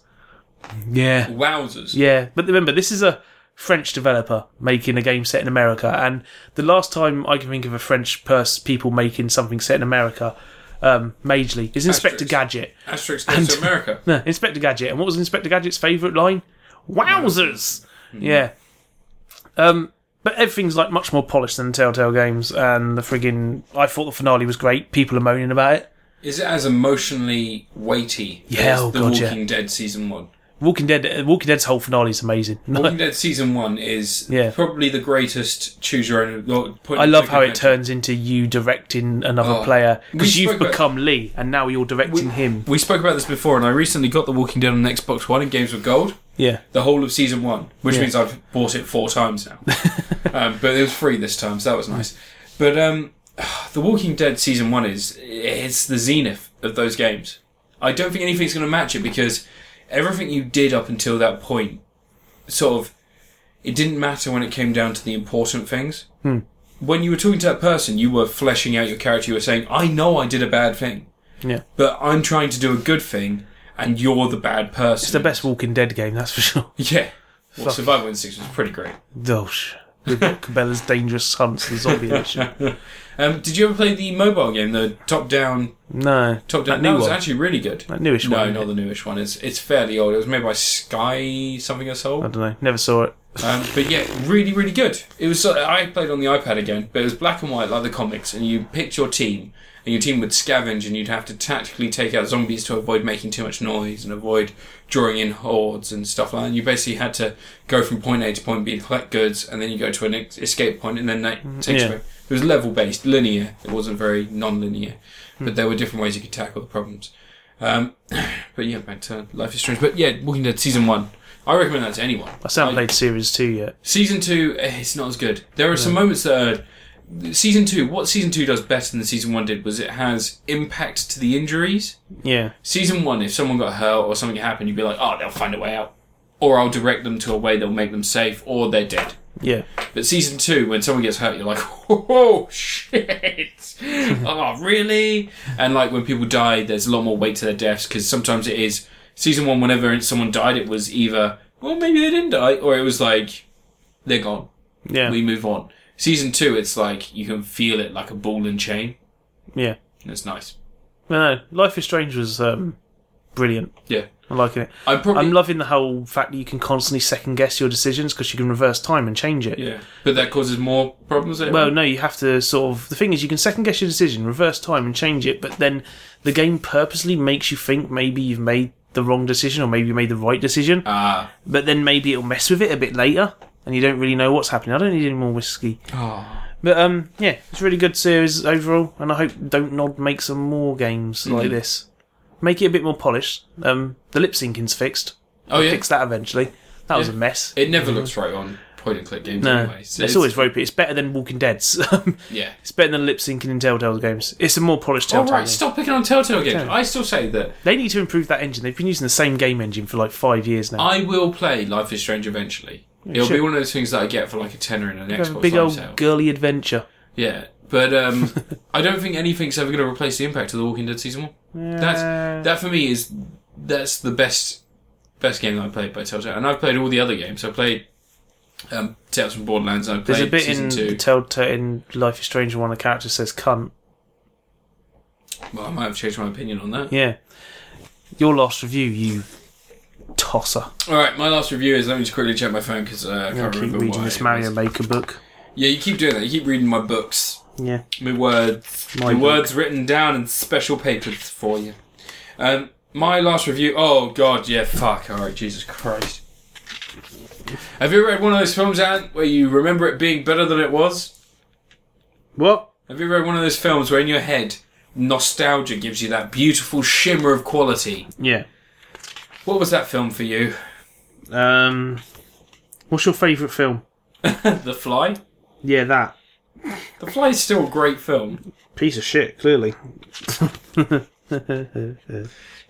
Yeah.
Wowzers.
Yeah, but remember, this is a French developer making a game set in America, and the last time I can think of a French person people making something set in America, um, majorly, is Inspector
Asterisk.
Gadget.
Asterix goes to America.
No, Inspector Gadget. And what was Inspector Gadget's favourite line? Wowzers! Yeah. Um, but everything's like much more polished than Telltale games, and the friggin' I thought the finale was great. People are moaning about it.
Is it as emotionally weighty
Yeah,
as
oh
The
God, yeah.
Walking Dead season one?
Walking Dead, uh, Walking Dead's whole finale is amazing.
Walking Dead season one is
Yeah.
probably the greatest choose your own. or point
I
and
love
click
how it
adventure.
turns into you directing another
Oh.
player
We
because you've
spoke about-
become Lee and now you're directing him.
We spoke about this before, and I recently got The Walking Dead on Xbox One in Games with Gold.
Yeah,
The whole of season one, which
Yeah.
means I've bought it four times now. um, but it was free this time, so that was nice. But um, The Walking Dead season one is it's the zenith of those games. I don't think anything's going to match it because everything you did up until that point, sort of, it didn't matter when it came down to the important things.
Hmm.
When you were talking to that person, you were fleshing out your character. You were saying, "I know I did a bad thing,
yeah.
but I'm trying to do a good thing, and you're the bad person."
It's the best Walking Deed game, that's for sure. Oh,
Yeah. Well, Survival Instinct was pretty great.
Dosh. We've got Cabela's Dangerous Hunt, the zombie edition.
Um, did you ever play the mobile game, the top down?
No,
Top down.
that new
was
one.
actually really good.
That newish
no,
one.
not the newish one. It's it's fairly old. It was made by Sky something or so.
I
Um,
don't know. Never saw it.
but yeah, really really good. It was. sort of- I played on the iPad again, but it was black and white like the comics, and you picked your team, and your team would scavenge, and you'd have to tactically take out zombies to avoid making too much noise and avoid drawing in hordes and stuff like that. And you basically had to go from point A to point B, collect goods, and then you go to an ex- escape point, and then that takes
yeah.
you. It was level based, linear. It wasn't very non-linear, but there were different ways you could tackle the problems. Um, but yeah, back to Life is Strange. But yeah, Walking Dead season one. I recommend that to anyone.
I still haven't
Like,
played Series 2 yet.
season two, eh, it's not as good. There are some moments that are season two, what season two does better than season one did was it has impact to the injuries.
Yeah.
Season one, if someone got hurt or something happened, you'd be like, oh, they'll find a way out. Or I'll direct them to a way that'll make them safe, or they're dead.
Yeah.
But season two, when someone gets hurt, you're like, oh, shit. oh, really? And like when people die, there's a lot more weight to their deaths because sometimes it is season one, whenever someone died, it was either, well, maybe they didn't die, or it was like, they're gone.
Yeah.
We move on. Season two, it's like you can feel it like a ball and chain.
yeah.
And it's nice.
No, no. Life is Strange was um, brilliant.
Yeah.
I'm liking it.
I'm probably.
I'm loving the whole fact that you can constantly second guess your decisions because you can reverse time and change it.
yeah. But that causes more problems. eh?
Well, no, you have to sort of. The thing is, you can second guess your decision, reverse time, and change it, but then the game purposely makes you think maybe you've made the wrong decision or maybe you made the right decision,
Ah.
but then maybe it'll mess with it a bit later, and you don't really know what's happening. I don't need any more whiskey.
oh.
But um, yeah, it's a really good series overall, and I hope Don't Nod make some more games
Mm-hmm.
like this. Make it a bit more polished. Um, the lip syncing's fixed.
Oh, yeah.
Fix that eventually. That was a mess.
It never looks right on point and click games,
No,
anyway.
it's, always ropey. It's better than Walking Dead's. it's
Yeah.
better than lip syncing in Telltale games. It's a more polished
All
Telltale.
right,
game.
stop picking on Telltale games.
Telltale.
I still say that
They need to improve that engine. They've been using the same game engine for like five years now.
I will play Life is Strange eventually. It'll
should.
be one of those things that I get for like a tenner in an
Have a
Xbox
big
Live
old
sale.
girly adventure.
yeah, but um, I don't think anything's ever going to replace the impact of The Walking Dead season one. That's that for me is that's the best best game that I played by Telltale, and I've played all the other games. I played um, Tales from Borderlands. and I
There's
played
a bit
season
in
two.
the Telltale in Life is Strange when the character says "cunt."
well, I might have changed my opinion on that.
Yeah. Your last review, you tosser.
All right, my last review is. Let me just quickly check my phone because uh, I
I
can't
keep
remember
reading
why
this
it
Mario
was.
Maker book.
Yeah, you keep doing that. You keep reading my books.
Yeah.
My words.
My
the
book.
words written down in special papers for you. Um, my last review. Oh God, yeah, fuck. All right, Jesus Christ. Have you ever read one of those films, Ant, where you remember it being better than it was?
What?
Have you read one of those films where in your head nostalgia gives you that beautiful shimmer of quality?
Yeah.
What was that film for you?
Um, what's your favourite film?
the Fly.
Yeah, that
The Fly is still a great film.
piece of shit. Clearly.
You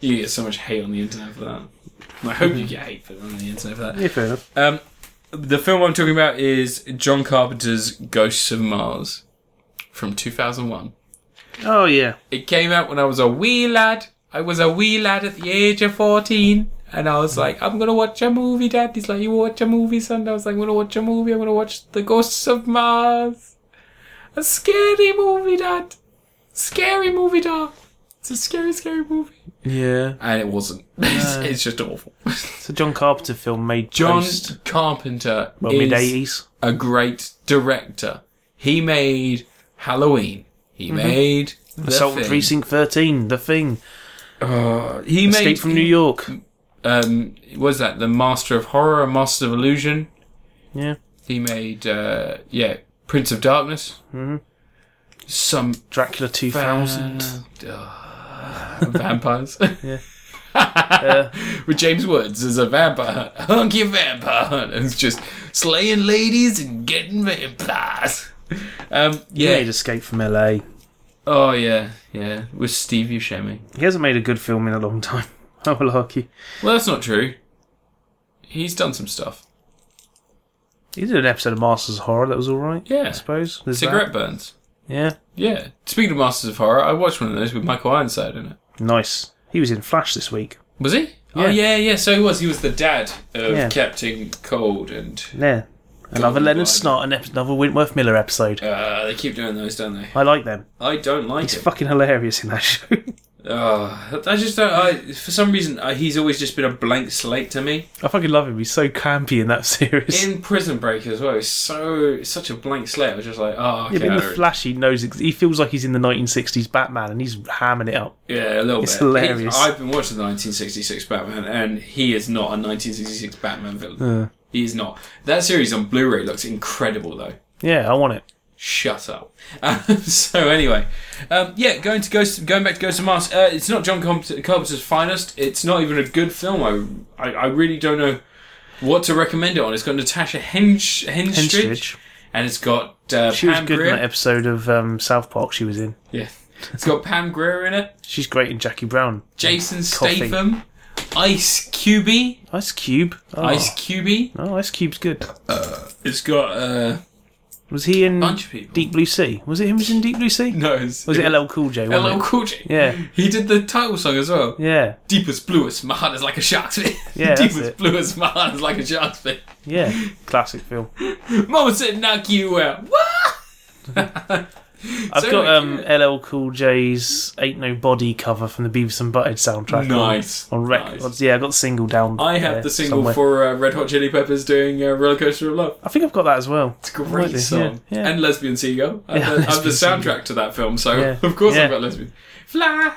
get so much hate on the internet for that. I hope you get hate for that on the internet for that.
Yeah, fair enough.
Um, the film I'm talking about is John Carpenter's Ghosts of Mars from 2001.
Oh yeah.
It came out when I was a wee lad. I was a wee lad at the age of 14. And I was like, I'm going to watch a movie, Dad. He's like, You watch a movie, son? I was like, I'm going to watch a movie. I'm going to watch The Ghosts of Mars. A scary movie, Dad. Scary movie, Dad. It's a scary, scary movie.
Yeah.
And it wasn't. it's just awful.
It's a John Carpenter film made
John
post,
Carpenter
well,
is
mid eighties.
a great director. He made Halloween. He made Mm-hmm. the
Assault on
thing.
Precinct Thirteen, The Thing,
Uh, he
Escape
made
from New York.
Um, was that the Master of Horror, Master of Illusion?
Yeah.
He made uh, yeah, Prince of Darkness. Mm-hmm. Some
Dracula Two Thousand.
uh, vampires.
Yeah.
With James Woods as a vampire, hunky vampire, hunter who's just slaying ladies and getting vampires. Um,
He
yeah,
made Escape from L.A.
Oh yeah, yeah, with Steve Buscemi.
He hasn't made a good film in a long time. I will argue.
Well, that's not true. He's done some stuff.
He did an episode of Masters of Horror that was all right.
Yeah.
I suppose. There's
Cigarette burns.
that. Yeah.
Yeah. Speaking of Masters of Horror, I watched one of those with Michael Ironside in it.
Nice. He was in Flash this week.
Was he? Oh
Yeah.
yeah, yeah. So he was. He was the dad of
Yeah.
Captain Cold, and
Yeah. Another
Golden
Leonard
Blind.
Snart and another Wentworth Miller episode.
uh, they keep doing those, don't they?
I like them.
I don't like
He's
it.
fucking hilarious in that show.
Uh, I just don't. I for some reason I, he's always just been a blank slate to me.
I fucking love him. He's so campy in that series.
In Prison Break as well, he's so such a blank slate. I was just like, oh, okay,
yeah, but in
I
the
don't-
Flash, he knows. Ex- he feels like he's in the 1960s Batman, and he's hamming it up.
Yeah, a little
It's
bit.
hilarious.
He's- I've been watching the 1966 Batman, and he is not a 1966 Batman villain. He is not. That series on Blu-ray looks incredible, though.
Yeah, I want it.
Shut up. Um, so anyway, um, yeah, going to Ghost, going back to Ghost of Mars. Uh, it's not John Carpenter- Carpenter's finest. It's not even a good film. I, I, I really don't know what to recommend it on. It's got Natasha Henstridge.
Henstridge.
and it's got uh,
She was
Pam
good in
Grier.
that episode of um, South Park she was in.
Yeah, it's got Pam Grier in it.
She's great in Jackie Brown.
Jason
Coffee.
Statham, Ice Cubey,
Ice Cube. Oh.
Ice Cubey.
Oh, Ice Cube's good.
It's got uh,
Was he in
bunch of people.
Deep Blue Sea? Was it him who's in Deep Blue Sea?
no, it's,
Was it LL Cool J? wasn't
LL
it?
Cool J.
Yeah.
he did the title song as well.
Yeah,
Deepest, bluest, my heart is like a shark's fin.
Yeah, that's
Deepest,
it.
bluest, my heart is like a shark's fin.
yeah. Classic film.
Mama said, knock you out. What?
I've
So
got um,
anyway,
LL Cool J's "Ain't No Body" cover from the Beavis and Butthead soundtrack. on-
Nice,
On, records. Yeah, I got the single down.
I have
there
the single
somewhere.
for uh, Red Hot Chili Peppers doing uh, Roller Coaster of Love.
I think I've got that as well.
It's a great
yeah,
song.
yeah.
And Lesbian Seagull. I
Yeah,
have, the, I have the
Lesbian
soundtrack to that film, so
Yeah.
of course
Yeah.
I've got Lesbian. Fly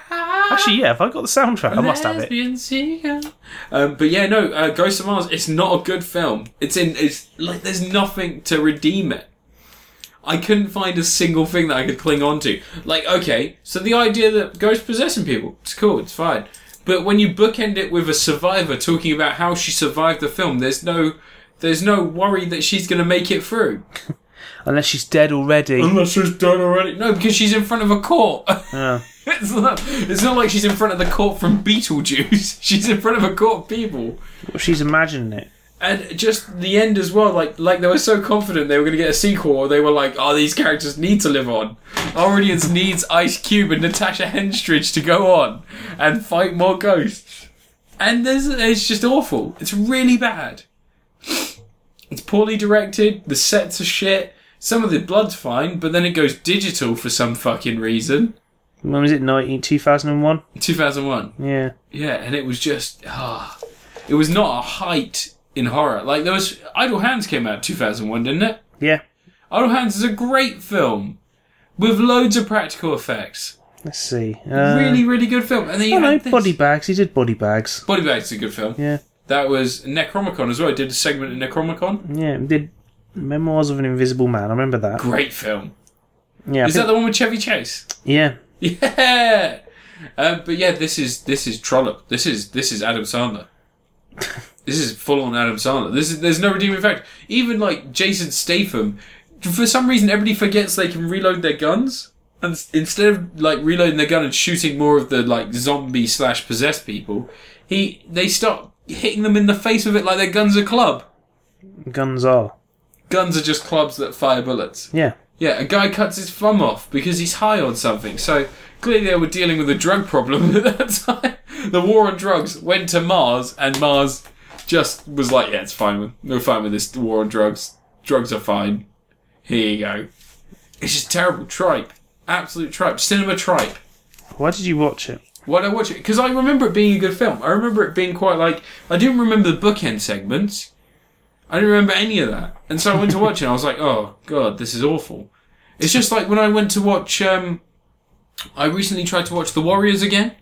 Actually, yeah. If I got the soundtrack, I must have it.
Lesbian Seagull. Um, but yeah, no, uh, Ghost of Mars. It's not a good film. It's in. It's like there's nothing to redeem it. I couldn't find a single thing that I could cling on to. Like, okay, so the idea that ghosts possessing people, it's cool, it's fine. But when you bookend it with a survivor talking about how she survived the film, there's no, there's no worry that she's going to make it through.
Unless she's dead already.
Unless she's done already. No, because she's in front of a court.
Yeah.
It's not, it's not like she's in front of the court from Beetlejuice. She's in front of a court of people.
Well, she's imagining it.
And just the end as well, like like they were so confident they were going to get a sequel, or they were like, oh, these characters need to live on. Our audience needs Ice Cube and Natasha Henstridge to go on and fight more ghosts. And there's, it's just awful. It's really bad. It's poorly directed, the sets are shit, some of the blood's fine, but then it goes digital for some fucking reason.
When was it? 19, 2001?
2001.
Yeah.
Yeah, and it was just ah, it was not a height in horror. Like there was Idle Hands came out in 2001, didn't it?
Yeah.
Idle Hands is a great film with loads of practical effects.
Let's see. Uh,
really, really good film. And then you
Oh no,
had this-
body bags. He did body bags.
Body Bag's a good film.
Yeah.
That was Necromicon as well. It did a segment in Necromicon.
Yeah. he Did Memoirs of an Invisible Man. I remember that.
Great film.
Yeah. I
Is that
think-
the one with Chevy Chase?
yeah.
Yeah. Um, but yeah, this is this is Trollope. This is this is Adam Sandler. this is full on Adam Sandler. This is there's no redeeming fact. Even like Jason Statham, for some reason everybody forgets they can reload their guns. And s- instead of like reloading their gun and shooting more of the like zombie slash possessed people, he they start hitting them in the face with it like their guns are club.
Guns are.
Guns are just clubs that fire bullets.
Yeah.
Yeah, a guy cuts his thumb off because he's high on something. So clearly they were dealing with a drug problem at that time. The war on drugs went to Mars, and Mars just was like, "Yeah, it's fine. With, we're fine with this war on drugs. Drugs are fine. Here you go." It's just terrible tripe, absolute tripe, cinema tripe.
Why did you watch it?
Why'd I watch it? Because I remember it being a good film. I remember it being quite like I didn't remember the bookend segments. I didn't remember any of that, and so I went to watch it. and I was like, "Oh God, this is awful." It's just like when I went to watch. Um, I recently tried to watch The Warriors again,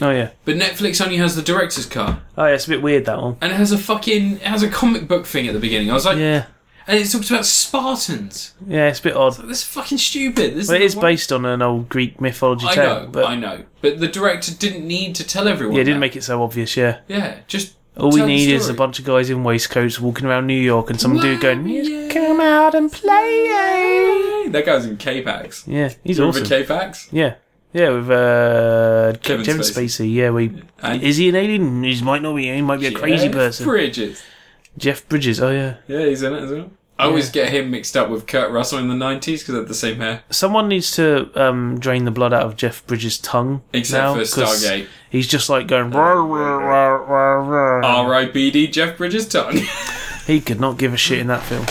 Oh yeah.
but Netflix only has the director's cut,
Oh yeah. It's a bit weird that one.
and it has a fucking it has a comic book thing at the beginning. I was like,
Yeah.
and it talks about Spartans.
Yeah. It's a bit odd.
This is fucking stupid. This
But it
the
is
one-
based on an old Greek mythology
I
tale.
know,
but
I know, but the director didn't need to tell everyone.
yeah, it didn't
that.
make it so obvious. Yeah.
Yeah, just
All we
tell the
need is a
story.
bunch of guys in waistcoats walking around New York and some dude going,
Warriors.
"Come out and play."
That guy's in K-Pax.
Yeah. He's
Remember
awesome.
K-Pax?
Yeah. Yeah, with uh, Kevin,
Kevin
Spacey. Yeah, we
And-
is he an alien? He might not be. He might be a crazy
Yeah.
person.
Bridges.
Jeff Bridges. Oh yeah.
Yeah, he's in it as well. I always get him mixed up with Kurt Russell in the 90s because they had the same hair.
Someone needs to um, drain the blood out of Jeff Bridges' tongue.
Except
now,
for
'cause
Stargate. Uh,
He's just like going. "Rah, rah, rah, rah,
Oh.
rah."
R.I.B.D. Jeff Bridges' tongue.
He could not give a shit in that film.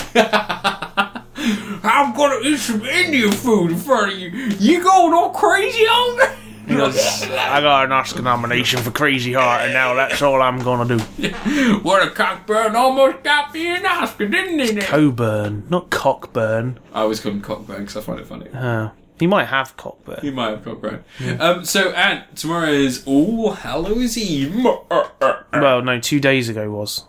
I'm gonna eat some Indian food in front of you. You going all crazy on
He goes, I got an Oscar nomination for Crazy Heart, and now that's all I'm gonna do.
me? what a cockburn almost got me an Oscar, didn't he? Nick?
Coburn, not Cockburn.
I always call him cockburn because I find it funny.
Uh, he might have Cockburn.
He might have cockburn. Um, so, and tomorrow is All Hallows Eve. No,
Well, no, two days ago was.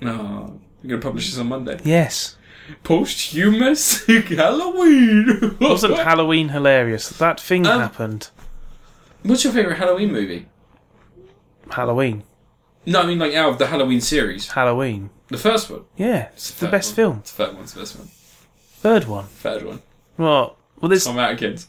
you're gonna publish this on Monday.
Yes.
posthumous Halloween.
Wasn't Halloween hilarious? That thing
Um,
happened.
What's your favorite Halloween movie?
Halloween.
No, I mean like out of the Halloween series,
Halloween.
the first one.
Yeah, it's the
Third
best
one.
film.
It's the third one's the best one.
Third one.
Third one.
What? Well, this.
Tom Atkins.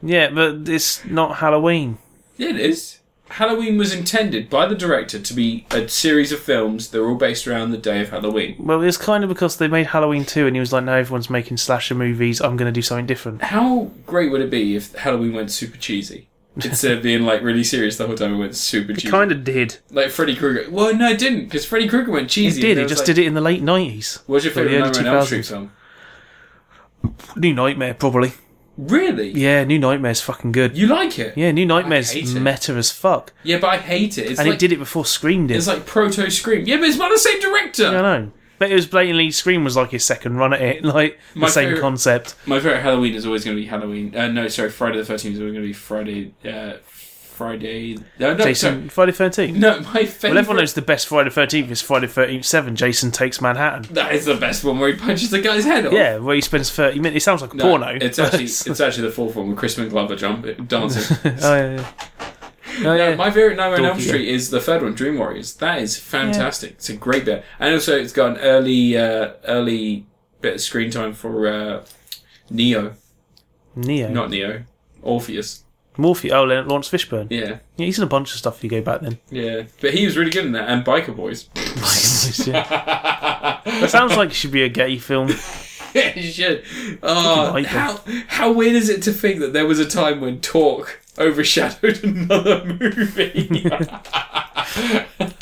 Yeah, but it's not Halloween.
Yeah, it is. Halloween was intended by the director to be a series of films that were all based around the day of Halloween.
Well, it's kind of because they made Halloween 2 and he was like, no, everyone's making slasher movies. I'm going to do something different.
How great would it be if Halloween went super cheesy? Instead of being like really serious the whole time, it went super cheesy.
It kind of did.
like Freddy Krueger. Well, no, it didn't, because Freddy Krueger went cheesy.
It did. He just did it in the late 90s.
What's your
Or the
favourite
early
Nightmare on Elm Street
2000s.
film?
New Nightmare, probably.
Really?
Yeah, New Nightmare's fucking good.
You like it?
Yeah, New
I hate
Nightmare's
it.
meta as fuck.
Yeah, but I hate it. It's
and
like,
it did it before Scream did.
It's like proto Scream. Yeah, but it's by the same director.
I know. But it was blatantly Scream was like his second run at it, like
My
the same
favourite-
concept.
My favorite Halloween is always going to be Halloween. Uh, no, sorry, Friday the Thirteenth is always going to be Friday. Uh, Friday. No, no,
Jason,
sorry.
Friday Thirteenth.
No, my favorite.
Well, everyone knows the best Friday Thirteenth is Friday Thirteenth Seven. Jason takes Manhattan.
that is the best one where he punches the guy's head off.
Yeah, where he spends thirty minutes. It sounds like a
No,
porno.
It's actually
but-
it's actually the fourth one with Crispin Glover jump uh, dancing.
oh yeah. yeah. Oh,
No,
yeah.
my favorite Nightmare on Elm
Dorky,
Street is the third one, Dream Warriors. That is fantastic. It's a great bit, and also it's got an early uh, early bit of screen time for uh, Neo,
Neo.
not Neo, Orpheus.
Morpheus. Oh, Leonard Lawrence Fishburne. Yeah.
Yeah,
he's in a bunch of stuff. If you go back then.
yeah, but he was really good in that, and Biker Boys.
Yeah. that sounds like it should be a gay film.
Shit. Oh,
Fucking
how, how weird is it to think that there was a time when talk overshadowed another movie?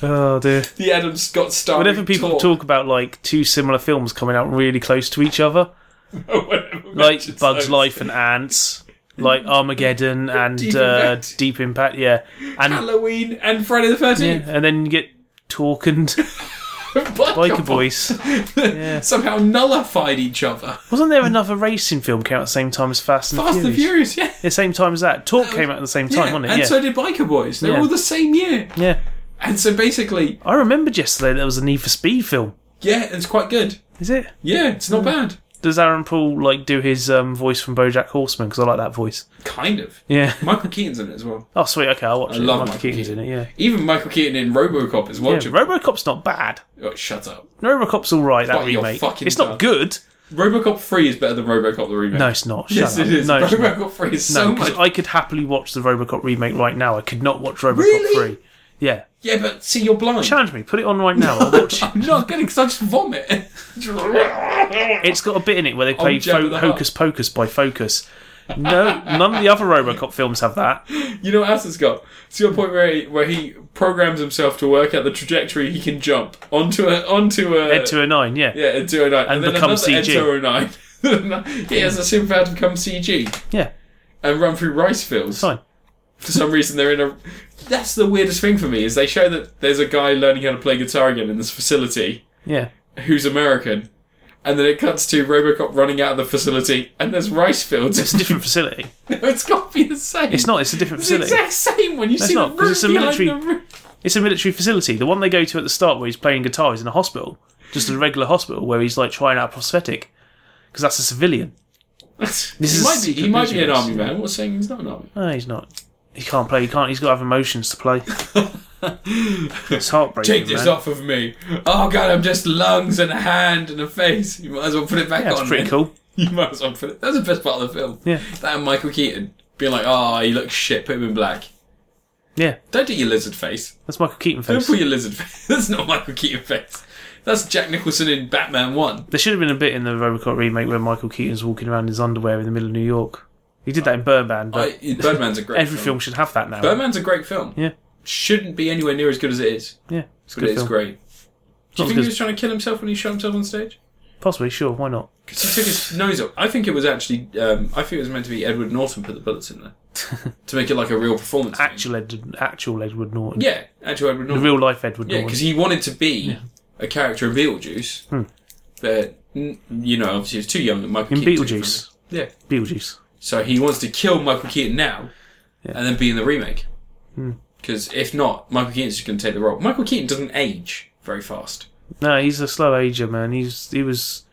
Oh dear.
the Adam Scott star.
Whenever people talk. about like two similar films coming out really close to each other, like Bugs Life and Ants, like Armageddon and
Deep
uh,
Impact.
Deep Impact, yeah, and
Halloween and Friday the
yeah,
Thirteenth.
and then you get Talk and Biker Boys.
somehow nullified each other.
Wasn't there another racing film came out at the same time as Fast and
Fast
Furious?
and Furious, yeah.
The same time as that. Talk came out at the same time,
yeah.
wasn't it?
and
yeah.
so did Biker Boys. They're
Yeah.
all the same year.
yeah.
And so basically,
I remembered yesterday there was a Need for Speed film.
yeah, it's quite good.
Is it?
Yeah, it's not bad.
Does Aaron Paul like do his um, voice from BoJack Horseman? Because I like that voice.
Kind of.
Yeah.
Michael Keaton's in it as well.
Oh sweet. Okay, I'll watch
I
it.
love
Michael
Michael
Keaton's in
Keaton.
it. Yeah.
Even Michael Keaton in RoboCop is
Yeah,
watchable.
RoboCop's not bad.
oh, shut up.
RoboCop's all right. That
What, you're
remake.
fucking
It's
done.
not good.
RoboCop 3 is better than RoboCop the remake.
No, it's not. Shut
yes,
up.
it is. Oh
No, it's not.
RoboCop 3 is so
No, 'cause
much.
I could happily watch the RoboCop remake right now. I could not watch RoboCop
Really?
three. Yeah,
Yeah, but see, you're blind.
challenge me. Put it on right now. I'll watch. it.
I'm not getting such vomit.
It's got a bit in it where they play
Jabba
Fo-
the Hutt.
Hocus Pocus by Focus. No, none of the other RoboCop films have that.
You know what else it's got? It's got a point where he, where he programs himself to work out the trajectory he can jump onto a onto a
Ed two oh nine. Yeah,
yeah Ed 209 and, then
become
another Ed
CG.
209. he has a superpower to become CG
yeah,
and run through rice fields.
fine.
For some reason, they're in a. That's the weirdest thing for me is they show that there's a guy learning how to play guitar again in this facility
Yeah,
who's American, and then it cuts to RoboCop running out of the facility and there's rice fields.
it's a different facility.
it's got to be the same.
It's not. It's a different
It's the
facility.
exact same when you see
not,
the
'cause
roof
it's a
behind
military-
the roof.
It's a military facility. The one they go to at the start where he's playing guitar is in a hospital, just a regular hospital where he's like trying out a prosthetic, because that's a civilian.
This
This
he
is
might be, he
secret
might be an
business.
army man. What's saying he's not an army?
No, he's not. He can't play. He can't. He's got to have emotions to play. it's heartbreaking.
Take this
man.
off of me. Oh god, I'm just lungs and a hand and a face. You might as well put it back
Yeah,
on.
that's pretty
then.
cool.
You might as well put it. That's the best part of the film.
Yeah.
That and Michael Keaton being like, oh, he looks shit. Put him in black.
Yeah,
Don't do your lizard face.
that's Michael Keaton
Don't
face.
put your lizard face. That's not Michael Keaton face. That's Jack Nicholson in Batman One.
There should have been a bit in the RoboCop remake where Michael Keaton's walking around in his underwear in the middle of New York. He did that in Birdman, but
I, Birdman's a great.
every film should have that now.
Birdman's a great film.
Yeah.
Shouldn't be anywhere near as good as it is,
Yeah, it's a
but
good
it is
film.
great. Do
Not
you
as
think
good
he
as-
was trying to kill himself when he shot himself on stage?
Possibly, sure. Why not?
He took his nose up. I think it was actually. Um, I think it was meant to be Edward Norton put the bullets in there to make it like a real performance. thing.
Actual Ed, actual Edward Norton.
yeah, actual Edward
The
Norton.
real life Edward
yeah,
Norton.
because he wanted to be a character in Beetlejuice, but n- you know, obviously, he was too young. And Michael
In
Keaton took it
Beetlejuice.
from him. Yeah,
Beetlejuice.
so he wants to kill Michael Keaton now, and then be in the remake. Because if not, Michael Keaton's just going to take the role. Michael Keaton doesn't age very fast.
No, he's a slow ager, man. He's he was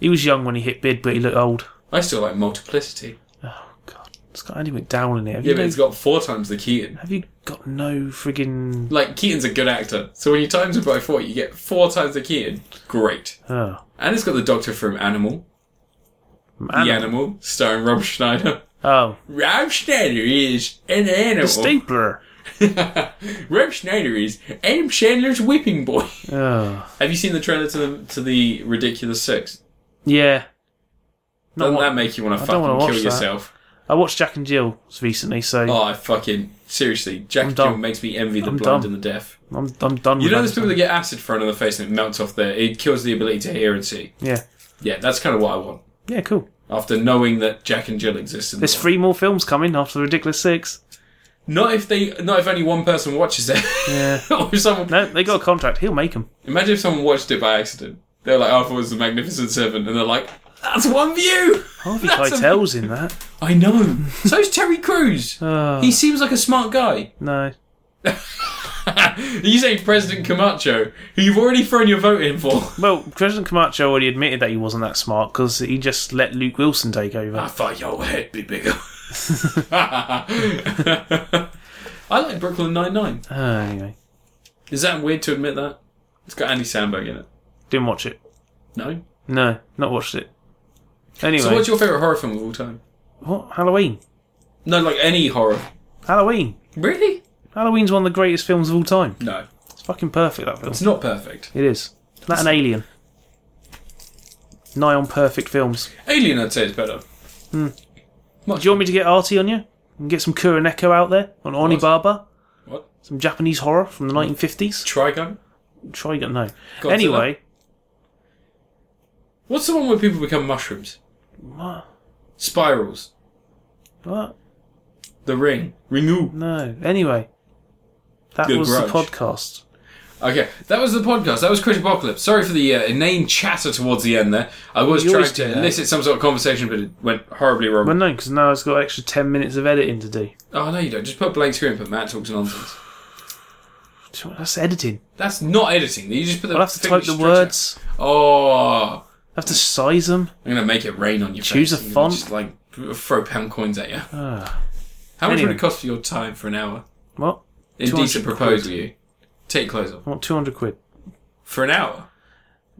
he was young when he hit bid, but he looked old.
I still like Multiplicity.
Oh god, it's got Andy McDowell in it. Have
Yeah,
you
but
no,
it's got four times the Keaton.
have you got no friggin'
Like Keaton's a good actor, so when you times it by four, you get four times the Keaton. Great,
oh
and it's got the Doctor from Animal. The Animal, starring Rob Schneider.
Oh,
Rob Schneider is an
the
animal.
stapler.
Rob Schneider is Adam Chandler's whipping boy.
Oh,
Have you seen the trailer to the, to the Ridiculous Six?
yeah. Not
Doesn't
what-
that make you want to
I
fucking
don't wanna
kill
watch that.
yourself?
I watched Jack and Jill recently, so
Oh, I fucking seriously, Jack and
done.
Jill makes me envy the
I'm
blind
done.
and the deaf.
I'm I'm done.
You
with
know, there's
that.
people that get acid thrown in the face and it melts off their. It kills the ability to hear and see.
Yeah,
Yeah, that's kind of what I want.
yeah, cool.
After knowing that Jack and Jill exist in the
There's
world.
three more films coming after the ridiculous six.
Not if they, not if only one person watches it.
Yeah.
or if someone.
No, they got a contract. He'll make them.
Imagine if someone watched it by accident. They're like, "Oh, it was the Magnificent Seven, and they're like, "That's one view."
Harvey
That's a-
Keitel's in that.
I know. So's Terry Crews.
Oh,
He seems like a smart guy.
no.
you say President Camacho, who you've already thrown your vote in for.
Well, President Camacho already admitted that he wasn't that smart because he just let Luke Wilson take over.
I thought your head be bigger. I like Brooklyn Nine Nine.
Oh, anyway,
Is that weird to admit that? It's got Andy Samberg in it.
didn't watch it.
No.
No, not watched it. Anyway,
So, what's your favorite horror film of all time?
what Halloween?
No, like any horror.
Halloween.
Really?
Halloween's one of the greatest films of all time.
No,
It's fucking perfect that film.
it's not perfect.
It is. That an Alien. Nigh on perfect films.
Alien, I'd say, is better.
Do you want me to get arty on you and get some Kuroneko out there on Onibaba,
What? Hmm.
some Japanese horror from the 1950s?
Trigun.
Try get no.
Godzilla?
Anyway,
What's the one where people become mushrooms?
what?
Spirals.
What?
The Ring. Ringu.
No. Anyway, that
The
was
Grudge.
the podcast.
Okay, that was the podcast. That was Chris Apocalypse. Sorry for the uh, inane chatter towards the end there. I was
You
trying
always do
to
that.
elicit some sort of conversation, but it went horribly wrong.
Well, no, because now it's got extra ten minutes of editing to do.
Oh no, you don't. Just put blank screen and put Matt talks nonsense.
That's editing.
That's not editing. You just put the.
I'll have to
thing
type
that
the
stretch
words.
out. Oh,
I have to size them.
I'm gonna make it rain on your
Choose
face.
a
I'm gonna
font.
Just like throw pound coins at you.
Ah.
How much would
Anyway.
it cost for your time for an hour?
What?
Indecent
200
proposal.
quid.
You take clothes off
I want two hundred quid.
for an hour.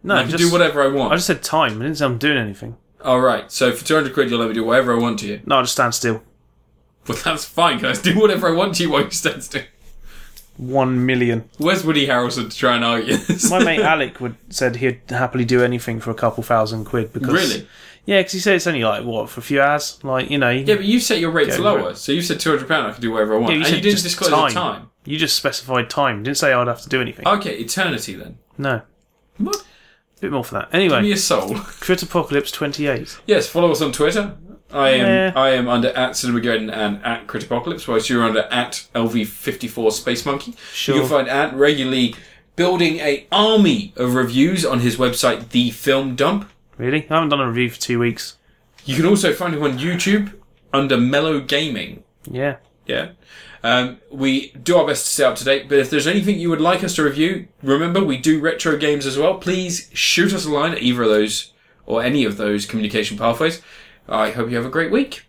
No,
I can
just,
do whatever I want.
I just said time. I didn't say I'm doing anything.
All right. So for 200 quid, you'll let me do whatever I want to you.
No, I just stand still.
Well, that's fine, guys. Do whatever I want to you while you stand still.
One million.
Where's Woody Harrelson to try and argue this?
My mate Alec would said he'd happily do anything for a couple thousand quid because
Really?
yeah, because he said it's only like what for a few hours, like you know.
Yeah, but you set your rates
Yeah,
lower,
right.
so you said two hundred pound. I can do whatever I want,
Yeah,
and
said
you didn't
just
disclose
time.
the time.
You just specified time. Didn't say I'd have to do anything.
Okay, eternity then.
no,
What?
bit more for that.
Be
Anyway,
a soul.
Crit Apocalypse twenty eight.
Yes, follow us on Twitter. I am
Yeah.
I am under at Cinemageddon and at Critapocalypse, whilst you're under at LV54 Space Monkey.
Sure.
You can find at regularly building a army of reviews on his website, The Film Dump.
Really? I haven't done a review for two weeks.
You can also find him on YouTube under Mellow Gaming.
Yeah.
Yeah. Um, we do our best to stay up to date, but if there's anything you would like us to review, remember we do retro games as well. Please shoot us a line at either of those or any of those communication pathways. I hope you have a great week.